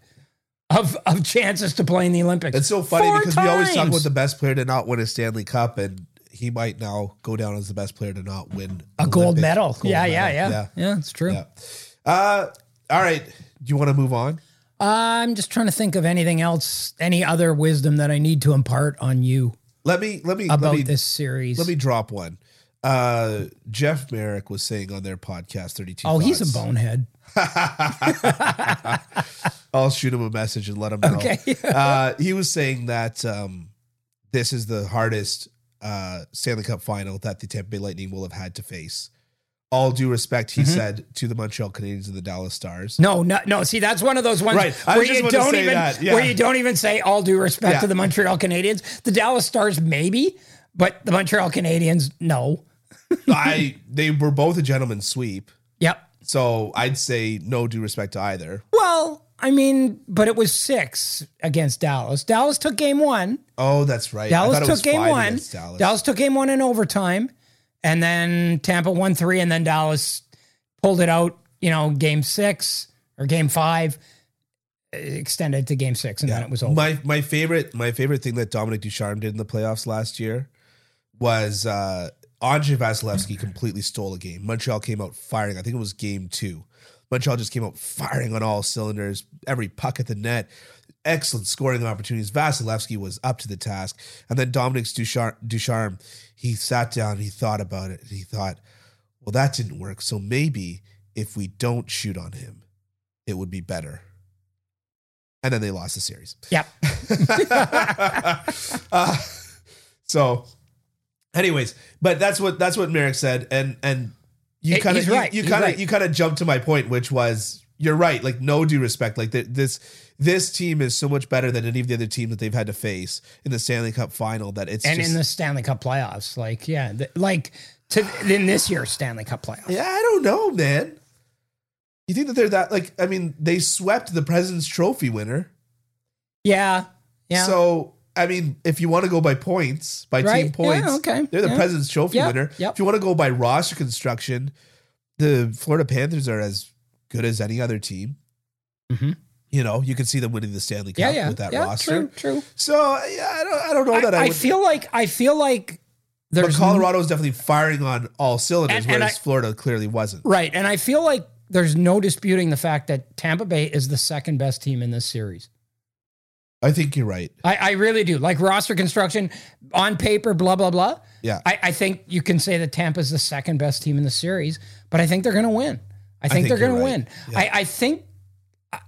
Speaker 2: of, of chances to play in the Olympics.
Speaker 1: It's so funny
Speaker 2: Four
Speaker 1: because we always talk
Speaker 2: times.
Speaker 1: about the best player to not win a Stanley Cup, and he might now go down as the best player to not win
Speaker 2: a
Speaker 1: an
Speaker 2: gold
Speaker 1: Olympic
Speaker 2: medal.
Speaker 1: gold
Speaker 2: yeah, yeah,
Speaker 1: medal.
Speaker 2: yeah, yeah. it's true.
Speaker 1: Yeah. Uh, all right. Do you want to move on?
Speaker 2: I'm just trying to think of anything else, any other wisdom that I need to impart on you
Speaker 1: Let me let me
Speaker 2: about
Speaker 1: let me
Speaker 2: this series.
Speaker 1: let me drop one. Uh, Jeff Merrick was saying on their podcast, thirty two.
Speaker 2: oh, he's a bonehead.
Speaker 1: I'll shoot him a message and let him know.
Speaker 2: Okay. [LAUGHS]
Speaker 1: uh, he was saying that um, this is the hardest uh, Stanley Cup final that the Tampa Bay Lightning will have had to face. All due respect,
Speaker 2: Mm-hmm.
Speaker 1: he said to the Montreal Canadiens and the Dallas Stars.
Speaker 2: No, no, no. See, that's one of those ones
Speaker 1: Right. I
Speaker 2: where
Speaker 1: was just
Speaker 2: you
Speaker 1: about to
Speaker 2: don't
Speaker 1: say
Speaker 2: even
Speaker 1: that. Yeah.
Speaker 2: where you don't even say all due respect
Speaker 1: Yeah.
Speaker 2: to the Montreal Canadiens. The Dallas Stars maybe, but the Montreal Canadiens no.
Speaker 1: I they were both a gentleman's sweep,
Speaker 2: Yep.
Speaker 1: so I'd say no due respect to either.
Speaker 2: Well, I mean, but it was 6 against Dallas. Dallas took game 1.
Speaker 1: Oh, that's right. I
Speaker 2: Dallas
Speaker 1: thought it was
Speaker 2: took game
Speaker 1: five
Speaker 2: 1.
Speaker 1: against
Speaker 2: Dallas.
Speaker 1: Dallas.
Speaker 2: took game 1 in overtime and then Tampa won 3 and then Dallas pulled it out, you know, game 6 or game 5 extended to game 6 and then it was over.
Speaker 1: My my favorite my favorite thing that Dominic Ducharme did in the playoffs last year was uh Andre Vasilevsky completely stole a game. Montreal came out firing. I think it was game two. Montreal just came out firing on all cylinders, every puck at the net. Excellent scoring opportunities. Vasilevsky was up to the task. And then Dominic Ducharme, Ducharme he sat down, he thought about it, and he thought, well, that didn't work. So maybe if we don't shoot on him, it would be better. And then they lost the series.
Speaker 2: Yep.
Speaker 1: [LAUGHS] Uh, so, anyways, but that's what that's what Merrick said, and and you
Speaker 2: He-
Speaker 1: kind of
Speaker 2: he's
Speaker 1: you
Speaker 2: right.
Speaker 1: kind
Speaker 2: He's
Speaker 1: of
Speaker 2: right.
Speaker 1: you kind of jumped to my point, which was you're right. Like no due respect. Like th- this this team is so much better than any of the other teams that they've had to face in the Stanley Cup final. That it's
Speaker 2: and
Speaker 1: just,
Speaker 2: in the Stanley Cup playoffs, like yeah, th- like to in this year's Stanley Cup playoffs.
Speaker 1: yeah, I don't know, man. You think that they're that like? I mean, they swept the President's Trophy winner.
Speaker 2: Yeah, yeah.
Speaker 1: So I mean, if you want to go by points, by team
Speaker 2: Right.
Speaker 1: points,
Speaker 2: Yeah, okay.
Speaker 1: they're the
Speaker 2: Yeah.
Speaker 1: President's Trophy
Speaker 2: Yep,
Speaker 1: winner.
Speaker 2: yep.
Speaker 1: If you want to go by roster construction, the Florida Panthers are as good as any other team.
Speaker 2: Mhm.
Speaker 1: You know, you can see them winning the Stanley Cup
Speaker 2: yeah, yeah,
Speaker 1: with that
Speaker 2: yeah,
Speaker 1: roster.
Speaker 2: True, true.
Speaker 1: So yeah, I don't, I don't know
Speaker 2: I,
Speaker 1: that I,
Speaker 2: I
Speaker 1: would.
Speaker 2: feel like I feel like
Speaker 1: but
Speaker 2: there's
Speaker 1: Colorado is definitely firing on all cylinders,
Speaker 2: And- and
Speaker 1: whereas
Speaker 2: I-
Speaker 1: Florida clearly wasn't.
Speaker 2: Right. And I feel like there's no disputing the fact that Tampa Bay is the second best team in this series.
Speaker 1: I think you're right.
Speaker 2: I, I really do. Like roster construction on paper, blah, blah, blah.
Speaker 1: Yeah.
Speaker 2: I, I think you can say that Tampa's the second best team in the series, but I think they're going to win. I think,
Speaker 1: think
Speaker 2: they're going
Speaker 1: you're
Speaker 2: to
Speaker 1: right.
Speaker 2: win.
Speaker 1: Yeah.
Speaker 2: I, I think. I-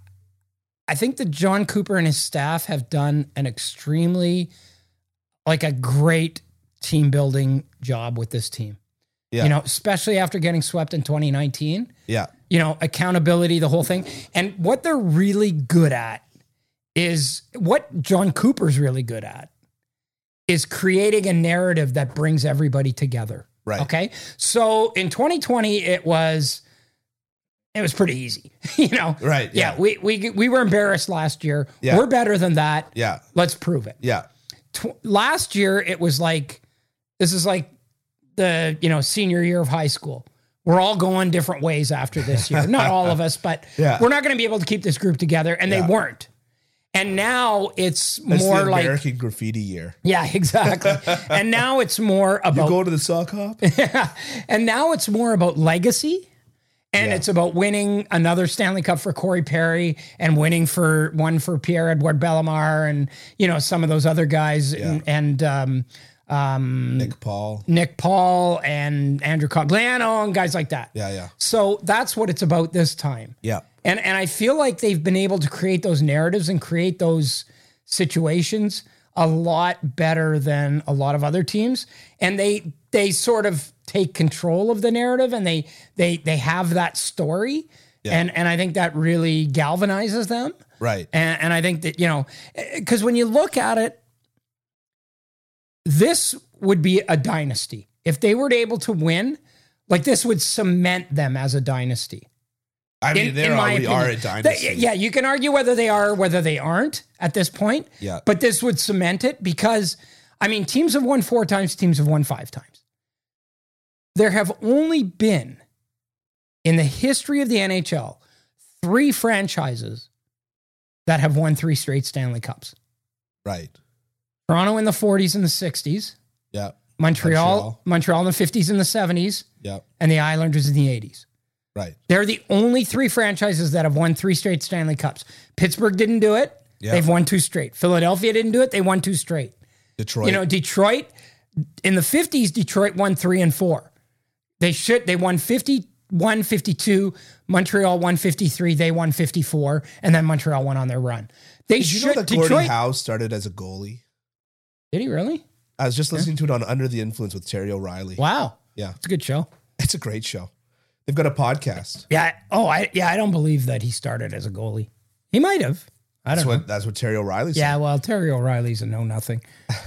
Speaker 2: I think that John Cooper and his staff have done an extremely, like a great team building job with this team.
Speaker 1: Yeah.
Speaker 2: You know, especially after getting swept in 2019
Speaker 1: Yeah,
Speaker 2: you know, accountability, the whole thing. And what they're really good at is what John Cooper's really good at is creating a narrative that brings everybody together.
Speaker 1: right.
Speaker 2: Okay. So in 2020, it was it was pretty easy. [LAUGHS] you know.
Speaker 1: Right,
Speaker 2: Yeah.
Speaker 1: yeah.
Speaker 2: we we we were embarrassed last year.
Speaker 1: Yeah.
Speaker 2: We're better than that.
Speaker 1: Yeah,
Speaker 2: Let's prove it
Speaker 1: yeah,
Speaker 2: tw- last year it was like this is like the you know senior year of high school we're all going different ways after this year not all of us but
Speaker 1: [LAUGHS] Yeah.
Speaker 2: we're not going to be able to keep this group together and
Speaker 1: Yeah.
Speaker 2: they weren't and now it's
Speaker 1: That's
Speaker 2: more
Speaker 1: the
Speaker 2: like
Speaker 1: American graffiti year.
Speaker 2: yeah [LAUGHS] exactly and now it's more
Speaker 1: [LAUGHS] You
Speaker 2: about
Speaker 1: go to the sock
Speaker 2: [LAUGHS]
Speaker 1: hop.
Speaker 2: and now it's more about legacy and
Speaker 1: Yeah.
Speaker 2: it's about winning another Stanley Cup for Corey Perry and winning for one for Pierre Edward Bellemare and you know some of those other guys and, and um,
Speaker 1: Nick Paul.
Speaker 2: Nick Paul and Andrew Cogliano and guys like that.
Speaker 1: Yeah, yeah,
Speaker 2: So that's what it's about this time.
Speaker 1: yeah.
Speaker 2: And and I feel like they've been able to create those narratives and create those situations a lot better than a lot of other teams. And they they sort of take control of the narrative and they they they have that story. And and I think that really galvanizes them.
Speaker 1: Right.
Speaker 2: And, and I think that, you know, because when you look at it, this would be a dynasty. If they were able to win, like this would cement them as a dynasty.
Speaker 1: I mean, they already are a
Speaker 2: opinion.
Speaker 1: dynasty.
Speaker 2: They- yeah, you can argue whether they are or whether they aren't at this point.
Speaker 1: Yeah.
Speaker 2: But this would cement it because, I mean, teams have won four times, teams have won five times. There have only been, in the history of the NHL, three franchises that have won three straight Stanley Cups
Speaker 1: Right.
Speaker 2: Toronto in the 40s and the 60s,
Speaker 1: Yeah. Montreal.
Speaker 2: Montreal, Montreal in the 50s and the 70s,
Speaker 1: Yeah.
Speaker 2: and the Islanders in the 80s.
Speaker 1: Right.
Speaker 2: They're the only three franchises that have won three straight Stanley Cups. Pittsburgh didn't do it.
Speaker 1: Yeah.
Speaker 2: They've won two straight. Philadelphia didn't do it. They won two straight.
Speaker 1: Detroit.
Speaker 2: You know, Detroit in the 50s, Detroit won three and four. They should, they won 51, 52. Montreal won 53. They won 54. And then Montreal went on their run. They
Speaker 1: Did you
Speaker 2: should,
Speaker 1: know that Gordon
Speaker 2: Detroit.
Speaker 1: Howe started as a goalie?
Speaker 2: did he really?
Speaker 1: I was just listening to it on Under the Influence with Terry O'Reilly.
Speaker 2: Wow.
Speaker 1: Yeah.
Speaker 2: It's a good show.
Speaker 1: It's a great show. They've got a podcast.
Speaker 2: Yeah. Oh, I, yeah, I don't believe that he started as a goalie. He might have. I don't
Speaker 1: That's
Speaker 2: know.
Speaker 1: what that's what Terry O'Reilly said.
Speaker 2: Yeah, well, Terry O'Reilly's a know nothing.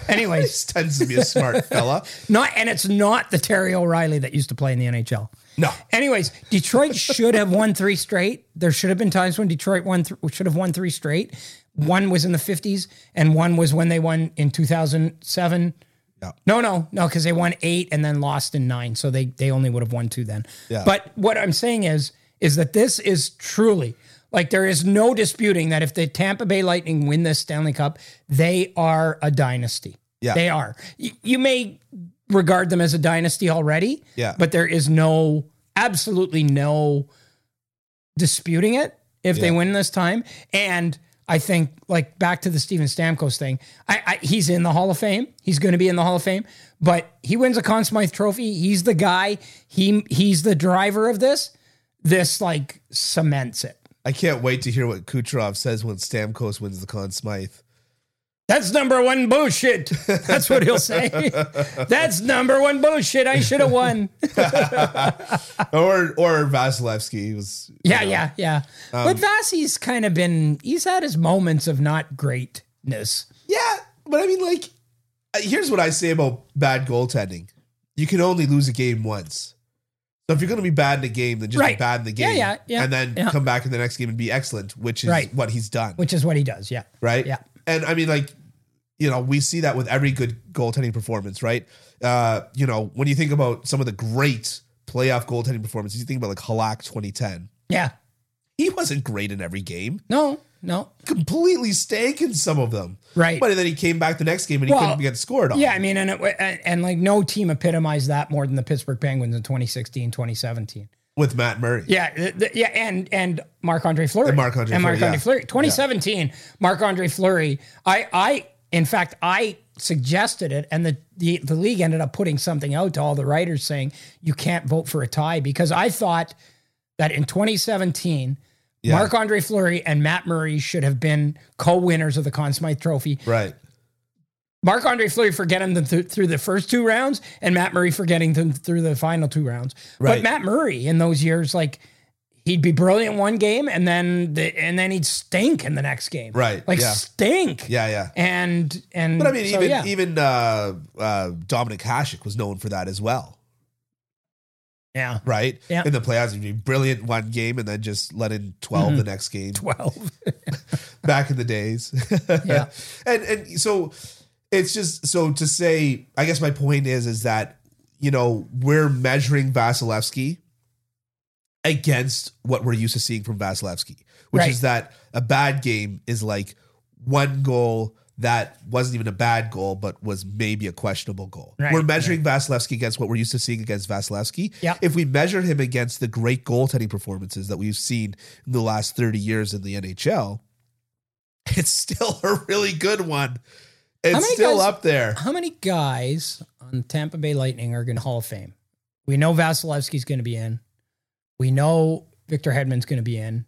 Speaker 2: Anyways,
Speaker 1: [LAUGHS] He [LAUGHS] tends to be a
Speaker 2: [LAUGHS]
Speaker 1: smart fella.
Speaker 2: not and it's not the Terry O'Reilly that used to play in the NHL.
Speaker 1: No.
Speaker 2: Anyways, Detroit should have won three straight. There should have been times when Detroit won th- should have won three straight. One was in the fifties, and one was when they won in two thousand seven.
Speaker 1: Yeah.
Speaker 2: No, no, no, because they won eight and then lost in nine, so they they only would have won two then.
Speaker 1: Yeah.
Speaker 2: But what I'm saying is, is that this is truly like there is no disputing that if the Tampa Bay Lightning win this Stanley Cup, they are a dynasty.
Speaker 1: Yeah.
Speaker 2: they are. Y- you may regard them as a dynasty already.
Speaker 1: Yeah.
Speaker 2: But there is no, absolutely no disputing it if they
Speaker 1: Yeah.
Speaker 2: win this time. And I think, like, back to the Steven Stamkos thing, I, I he's in the Hall of Fame. He's going to be in the Hall of Fame, but he wins a Conn Smythe trophy. He's the guy, he he's the driver of this. This, like, cements it.
Speaker 1: I can't wait to hear what Kucherov says when Stamkos wins the Conn Smythe.
Speaker 2: That's number one bullshit. That's what he'll say.
Speaker 1: [LAUGHS]
Speaker 2: That's number one bullshit. I should have won.
Speaker 1: or or Vasilevsky was. you
Speaker 2: Yeah,
Speaker 1: know. Um,
Speaker 2: yeah, yeah. but Vasi's kind of been, he's had his moments of not greatness.
Speaker 1: Yeah, but I mean, like, uh, here's what I say about bad goaltending: you can only lose a game once. So if you're going to be bad in a game, then just
Speaker 2: Right.
Speaker 1: be bad in the
Speaker 2: Yeah,
Speaker 1: game,
Speaker 2: yeah, yeah,
Speaker 1: and then
Speaker 2: yeah.
Speaker 1: come back in the next game and be excellent, which is
Speaker 2: Right.
Speaker 1: what he's done,
Speaker 2: which is what he does. Yeah.
Speaker 1: right?
Speaker 2: Yeah.
Speaker 1: And I mean, like, you know, we see that with every good goaltending performance, right? Uh, you know, when you think about some of the great playoff goaltending performances, you think about like Halak 2010.
Speaker 2: Yeah.
Speaker 1: He wasn't great in every game.
Speaker 2: No, no.
Speaker 1: Completely stank in some of them.
Speaker 2: Right.
Speaker 1: But then he came back the next game and he
Speaker 2: Well,
Speaker 1: couldn't get scored on.
Speaker 2: yeah, I mean, and, it, and and like no team epitomized that more than the Pittsburgh Penguins in 2016, 2017.
Speaker 1: with Matt Murray.
Speaker 2: Yeah, th- th- yeah, and and Marc Andre Fleury
Speaker 1: And Marc-Andre
Speaker 2: and
Speaker 1: Fleury,
Speaker 2: Marc Andre
Speaker 1: yeah.
Speaker 2: Fleury. 2017, Marc Andre Fleury. I I in fact I suggested it, and the, the the league ended up putting something out to all the writers saying you can't vote for a tie because I thought that in 2017.
Speaker 1: Yeah.
Speaker 2: Marc Andre Fleury and Matt Murray should have been co winners of the Conn Smythe Trophy.
Speaker 1: Right.
Speaker 2: Mark Andre Fleury for getting them th- through the first two rounds, and Matt Murray for getting them through the final two rounds. But
Speaker 1: Right.
Speaker 2: Matt Murray in those years, like he'd be brilliant one game, and then the, and then he'd stink in the next game,
Speaker 1: Right,
Speaker 2: Like
Speaker 1: yeah.
Speaker 2: stink,
Speaker 1: Yeah, yeah.
Speaker 2: And and
Speaker 1: But I mean,
Speaker 2: so,
Speaker 1: even
Speaker 2: yeah.
Speaker 1: even uh, uh, Dominic Hasek was known for that as well,
Speaker 2: yeah,
Speaker 1: right?
Speaker 2: Yeah.
Speaker 1: In the playoffs, he'd be brilliant one game and then just let in 12 the next game
Speaker 2: Mm-hmm.
Speaker 1: [LAUGHS]
Speaker 2: twelve,
Speaker 1: back in the days.
Speaker 2: Yeah.
Speaker 1: [LAUGHS] And and so it's just so to say, I guess my point is is that you know, we're measuring Vasilevsky against what we're used to seeing from Vasilevsky, which
Speaker 2: Right.
Speaker 1: is that a bad game is like one goal that wasn't even a bad goal, but was maybe a questionable goal.
Speaker 2: Right,
Speaker 1: We're measuring Vasilevsky against what we're used to seeing against Vasilevsky.
Speaker 2: Yeah.
Speaker 1: If we measure him against the great goaltending performances that we've seen in the last 30 years in the NHL, [LAUGHS] it's still a really good one. It's
Speaker 2: many
Speaker 1: still
Speaker 2: guys-
Speaker 1: up there.
Speaker 2: How many guys on Tampa Bay Lightning are going to Hall of Fame? We know Vasilevsky's going to be in. We know Victor Hedman's going to be in.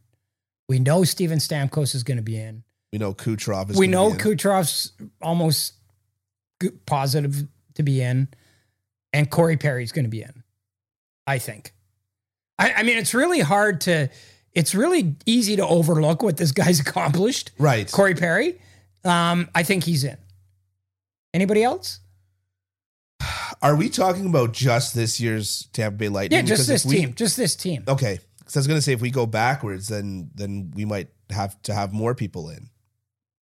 Speaker 2: We know Steven Stamkos is going to be in.
Speaker 1: We know Kucherov is.
Speaker 2: we
Speaker 1: gonna
Speaker 2: know
Speaker 1: be in.
Speaker 2: Kucherov's almost g- positive to be in, and Corey Perry's going to be in. I think. I, I mean, it's really hard to. It's really easy to overlook what this guy's [LAUGHS] accomplished.
Speaker 1: right.
Speaker 2: Corey Perry, um, I think he's in. Anybody else?
Speaker 1: Are we talking about just this year's Tampa Bay Lightning?
Speaker 2: Yeah, just
Speaker 1: Because if
Speaker 2: this
Speaker 1: we- Oh.
Speaker 2: team. Just this team.
Speaker 1: Okay, because I was gonna say if we go backwards, then then we might have to have more people in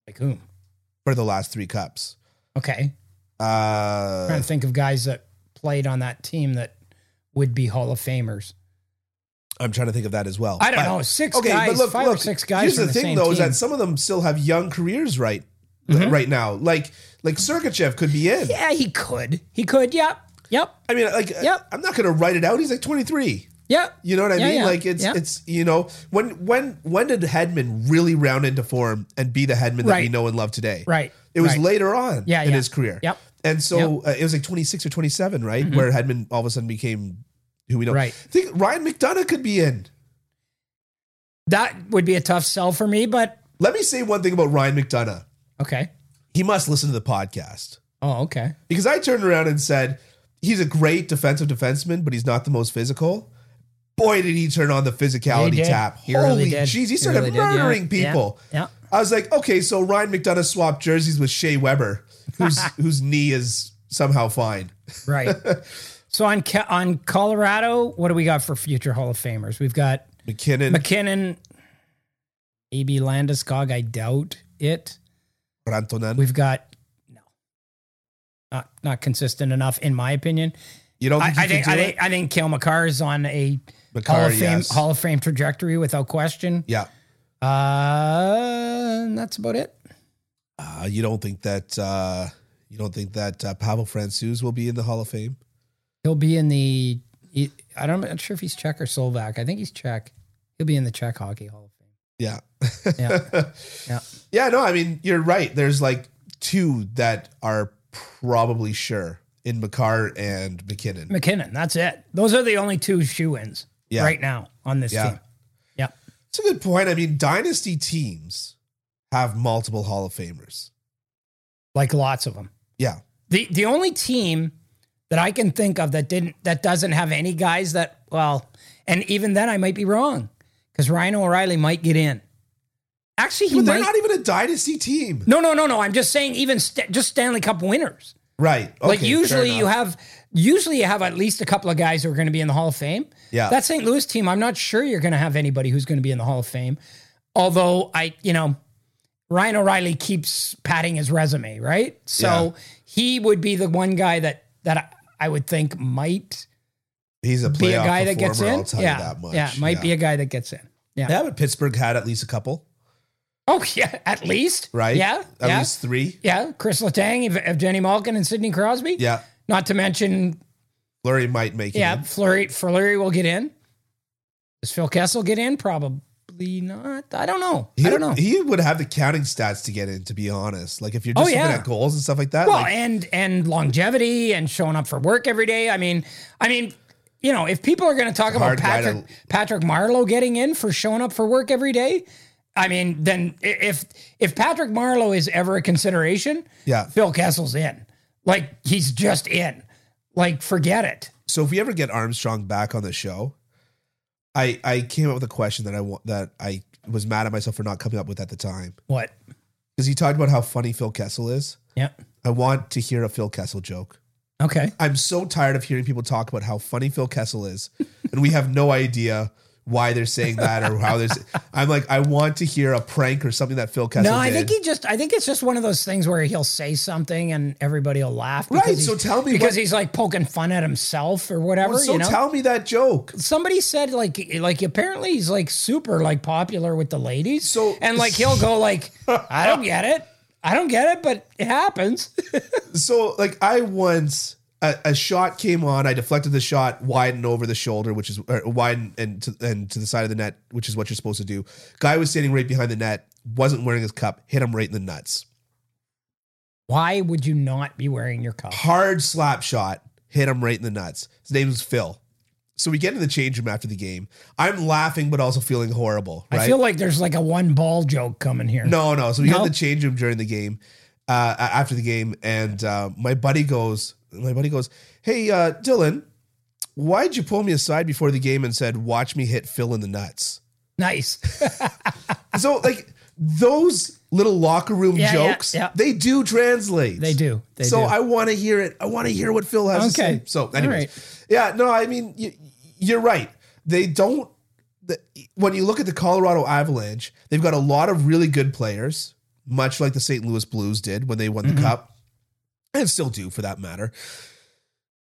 Speaker 2: Like whom?
Speaker 1: for the last three cups.
Speaker 2: Okay, trying
Speaker 1: Uh,
Speaker 2: to think of guys that played on that team that would be Hall of Famers.
Speaker 1: I'm trying to think of that as well.
Speaker 2: I don't
Speaker 1: But-
Speaker 2: know. Six guys, five or six guys.
Speaker 1: Here's
Speaker 2: from
Speaker 1: the thing,
Speaker 2: same
Speaker 1: though, is
Speaker 2: team.
Speaker 1: that some of them still have young careers right
Speaker 2: Mhm.
Speaker 1: right now. Like like Sergachev could be in.
Speaker 2: Yeah, he could. He could. Yep. Yep.
Speaker 1: I mean, like
Speaker 2: Yep.
Speaker 1: I'm not gonna write it out. He's like 23.
Speaker 2: Yep.
Speaker 1: You know what I
Speaker 2: Yeah,
Speaker 1: mean?
Speaker 2: yeah,
Speaker 1: Like it's
Speaker 2: yeah.
Speaker 1: it's you know when when when did Hedman really round into form and be the Hedman that we
Speaker 2: Right.
Speaker 1: know and love today?
Speaker 2: Right.
Speaker 1: It was
Speaker 2: right.
Speaker 1: later on
Speaker 2: Yeah,
Speaker 1: in
Speaker 2: yeah.
Speaker 1: his career.
Speaker 2: Yep. Mm-hmm.
Speaker 1: And so uh, it was like 26 or 27, right? Where Hedman all of a sudden became who we know.
Speaker 2: Right.
Speaker 1: I think Ryan McDonough could be in.
Speaker 2: That would be a tough sell for me, but
Speaker 1: Let me say one thing about Ryan McDonough.
Speaker 2: okay.
Speaker 1: He must listen to the podcast
Speaker 2: Oh, okay.
Speaker 1: because I turned around and said, he's a great defensive defenseman, but he's not the most physical. Boy, did he turn on the
Speaker 2: He
Speaker 1: physicality
Speaker 2: did.
Speaker 1: tap.
Speaker 2: He
Speaker 1: Holy
Speaker 2: really did.
Speaker 1: jeez, he
Speaker 2: He
Speaker 1: started
Speaker 2: really did, yeah.
Speaker 1: murdering
Speaker 2: Yeah.
Speaker 1: people.
Speaker 2: Yeah.
Speaker 1: I was like, okay, so Ryan McDonough swapped jerseys with Shea Weber,
Speaker 2: [LAUGHS]
Speaker 1: whose whose knee is somehow fine.
Speaker 2: [LAUGHS] Right. so on Ca- on Colorado, what do we got for future Hall of Famers? We've got
Speaker 1: McKinnon,
Speaker 2: McKinnon, AB Landeskog. I doubt it.
Speaker 1: Rantanen.
Speaker 2: We've got no, not not consistent enough, in my opinion.
Speaker 1: You don't
Speaker 2: I,
Speaker 1: think
Speaker 2: I
Speaker 1: he
Speaker 2: think
Speaker 1: can
Speaker 2: I
Speaker 1: do
Speaker 2: think I think Kale McCarr is on a
Speaker 1: it? McCarr,
Speaker 2: Hall of Fame
Speaker 1: yes.
Speaker 2: Hall of Fame trajectory without question.
Speaker 1: yeah.
Speaker 2: Uh, and that's about it.
Speaker 1: Uh, you don't think that uh, you don't think that uh, Pavel Francouz will be in the Hall of Fame?
Speaker 2: He'll be in the. he- I don't, I'm not sure if he's Czech or Slovak. I think he's Czech. He'll be in the Czech Hockey Hall of Fame.
Speaker 1: Yeah. [LAUGHS]
Speaker 2: Yeah. [LAUGHS] Yeah.
Speaker 1: Yeah, no, I mean, you're right. There's like two that are probably sure in McCarr and McKinnon.
Speaker 2: McKinnon. That's it. Those are the only two shoe ins
Speaker 1: Yeah.
Speaker 2: right now on this
Speaker 1: Yeah.
Speaker 2: team. Yeah.
Speaker 1: It's a good point. I mean, dynasty teams have multiple Hall of Famers.
Speaker 2: like lots of them.
Speaker 1: Yeah.
Speaker 2: The the only team that I can think of that didn't that doesn't have any guys that well, and even then I might be wrong because Ryan O'Reilly might get in. Actually, he
Speaker 1: But they're
Speaker 2: might.
Speaker 1: not even a dynasty team.
Speaker 2: no, no, no, no. I'm just saying, even st- just Stanley Cup winners.
Speaker 1: Right. Okay,
Speaker 2: Like usually
Speaker 1: fair
Speaker 2: you
Speaker 1: enough.
Speaker 2: have usually you have at least a couple of guys who are going to be in the Hall of Fame.
Speaker 1: Yeah.
Speaker 2: That St. Louis team, I'm not sure you're going to have anybody who's going to be in the Hall of Fame. Although I, you know, Ryan O'Reilly keeps padding his resume, right? So he would be the one guy that that I, I would think might
Speaker 1: he's a playoff
Speaker 2: be a guy that gets
Speaker 1: performer,
Speaker 2: in.
Speaker 1: I'll tell
Speaker 2: yeah.
Speaker 1: you that much.
Speaker 2: Yeah, might be a guy that gets in. Yeah.
Speaker 1: Yeah, but Pittsburgh had at least a couple,
Speaker 2: Oh [LAUGHS] yeah, at least.
Speaker 1: right?
Speaker 2: Yeah.
Speaker 1: At
Speaker 2: yeah.
Speaker 1: least three.
Speaker 2: yeah. Chris Letang, Ev- Evgeny Malkin, and Sidney Crosby.
Speaker 1: Yeah.
Speaker 2: Not to mention
Speaker 1: Flurry might make it.
Speaker 2: Yeah,
Speaker 1: in.
Speaker 2: Flurry Flurry will get in. Does Phil Kessel get in? Probably not. I don't know.
Speaker 1: He,
Speaker 2: I don't know.
Speaker 1: He would have the counting stats to get in, to be honest. Like if you're just
Speaker 2: Oh,
Speaker 1: looking
Speaker 2: yeah.
Speaker 1: at goals and stuff like that.
Speaker 2: well,
Speaker 1: like,
Speaker 2: and and longevity and showing up for work every day. I mean, I mean, you know, if people are going to talk
Speaker 1: hard
Speaker 2: about
Speaker 1: guy to-
Speaker 2: Patrick Patrick Marlowe getting in for showing up for work every day, I mean, then i- if if Patrick Marlowe is ever a consideration,
Speaker 1: yeah.
Speaker 2: Phil Kessel's in. Like he's just in. Like forget it.
Speaker 1: So if we ever get Armstrong back on the show, I I came up with a question that I want that I was mad at myself for not coming up with at the time
Speaker 2: What?
Speaker 1: because he talked about how funny Phil Kessel is.
Speaker 2: Yep.
Speaker 1: I want to hear a Phil Kessel joke.
Speaker 2: Okay.
Speaker 1: I'm so tired of hearing people talk about how funny Phil Kessel is, and we have no idea why they're saying that or how they're. Say- I'm like, I want to hear a prank or something that Phil Kessel.
Speaker 2: No, I
Speaker 1: did.
Speaker 2: think he just. I think it's just one of those things where he'll say something and everybody will laugh. because
Speaker 1: Right,
Speaker 2: he's-
Speaker 1: so tell me
Speaker 2: because
Speaker 1: what-
Speaker 2: he's like poking fun at himself or whatever.
Speaker 1: so
Speaker 2: you know,
Speaker 1: tell me that joke.
Speaker 2: somebody said like like apparently he's like super like popular with the ladies.
Speaker 1: So-
Speaker 2: and like he'll go like, I don't get it. I don't get it, but it happens.
Speaker 1: So, like, I once a, a shot came on. I deflected the shot wide and over the shoulder, which is or wide and- and to, and to the side of the net, which is what you're supposed to do. Guy was standing right behind the net, wasn't wearing his cup, hit him right in the nuts.
Speaker 2: Why would you not be wearing your cup?
Speaker 1: Hard slap shot, hit him right in the nuts. His name was Phil. So we get into the change room after the game. I'm laughing, but also feeling horrible. Right?
Speaker 2: I feel like there's like a one ball joke coming here.
Speaker 1: No, no. So we
Speaker 2: No?
Speaker 1: got the change room during the game, uh, a- after the game, and uh, my buddy goes, my buddy goes, hey, uh, Dylan, why'd you pull me aside before the game and said, watch me hit Phil in the nuts?
Speaker 2: Nice.
Speaker 1: So like those little locker room
Speaker 2: Yeah, yeah,
Speaker 1: jokes,
Speaker 2: yeah.
Speaker 1: they do translate.
Speaker 2: They do. They
Speaker 1: so
Speaker 2: do.
Speaker 1: I want to hear it. I want to hear what Phil has
Speaker 2: Okay.
Speaker 1: to say. So, anyways,
Speaker 2: right.
Speaker 1: yeah, no, I mean, you, you're right. They don't. The, when you look at the Colorado Avalanche, they've got a lot of really good players, much like the St. Louis Blues did when they won the
Speaker 2: Mm-hmm.
Speaker 1: cup, and still do for that matter.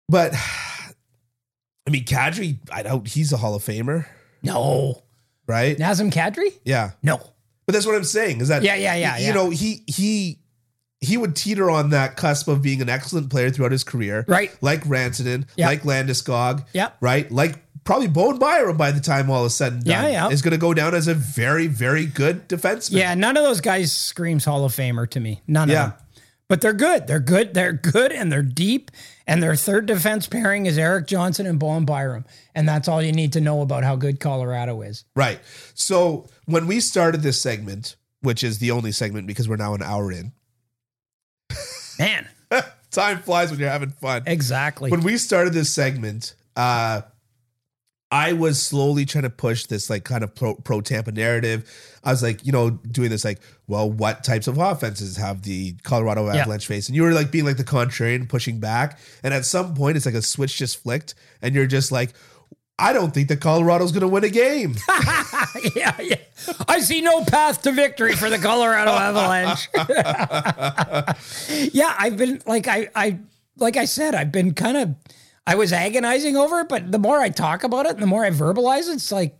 Speaker 1: But [SIGHS] I mean, Kadri, I doubt he's a Hall of Famer,
Speaker 2: no.
Speaker 1: right?
Speaker 2: Nazem Kadri?
Speaker 1: Yeah,
Speaker 2: No.
Speaker 1: but that's what I'm saying is that
Speaker 2: Yeah, yeah, yeah,
Speaker 1: you
Speaker 2: yeah.
Speaker 1: know he he he would teeter on that cusp of being an excellent player throughout his career,
Speaker 2: Right.
Speaker 1: Like Rantanen,
Speaker 2: Yeah.
Speaker 1: like Landeskog,
Speaker 2: Yeah.
Speaker 1: right? Like probably Bone Byram by the time all is said and done,
Speaker 2: Yeah, yeah.
Speaker 1: is going to go down as a very very good defenseman.
Speaker 2: Yeah, none of those guys screams Hall of Famer to me. None
Speaker 1: Yeah.
Speaker 2: of them. But they're good. They're good. They're good and they're deep. And their third defense pairing is Eric Johnson and Bowen Byram. And that's all you need to know about how good Colorado is.
Speaker 1: right. So when we started this segment, which is the only segment because we're now an hour in, [LAUGHS]
Speaker 2: Man,
Speaker 1: time flies when you're having fun.
Speaker 2: exactly.
Speaker 1: when we started this segment, uh, I was slowly trying to push this like kind of pro, pro Tampa narrative. I was like, you know, doing this like, well, what types of offenses have the Colorado
Speaker 2: Yeah.
Speaker 1: Avalanche faced? And you were like being like the contrarian, pushing back. And at some point, it's like a switch just flicked, and you're just like, I don't think that Colorado's going to win a game.
Speaker 2: [LAUGHS] yeah, yeah. I see no path to victory for the Colorado Avalanche. [LAUGHS] yeah, I've been like I I like I said, I've been kind of I was agonizing over it, but the more I talk about it and the more I verbalize it, it's like,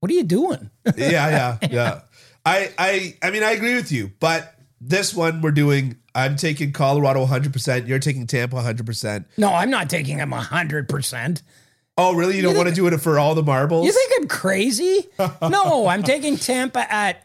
Speaker 2: what are you doing?
Speaker 1: yeah, yeah, yeah. I, I, I mean, I agree with you, but this one we're doing. I'm taking Colorado 100%. You're taking Tampa 100%.
Speaker 2: No, I'm not taking him hundred percent.
Speaker 1: Oh, really? You don't want to do it for all the marbles?
Speaker 2: You think I'm [LAUGHS] crazy? No, I'm taking Tampa at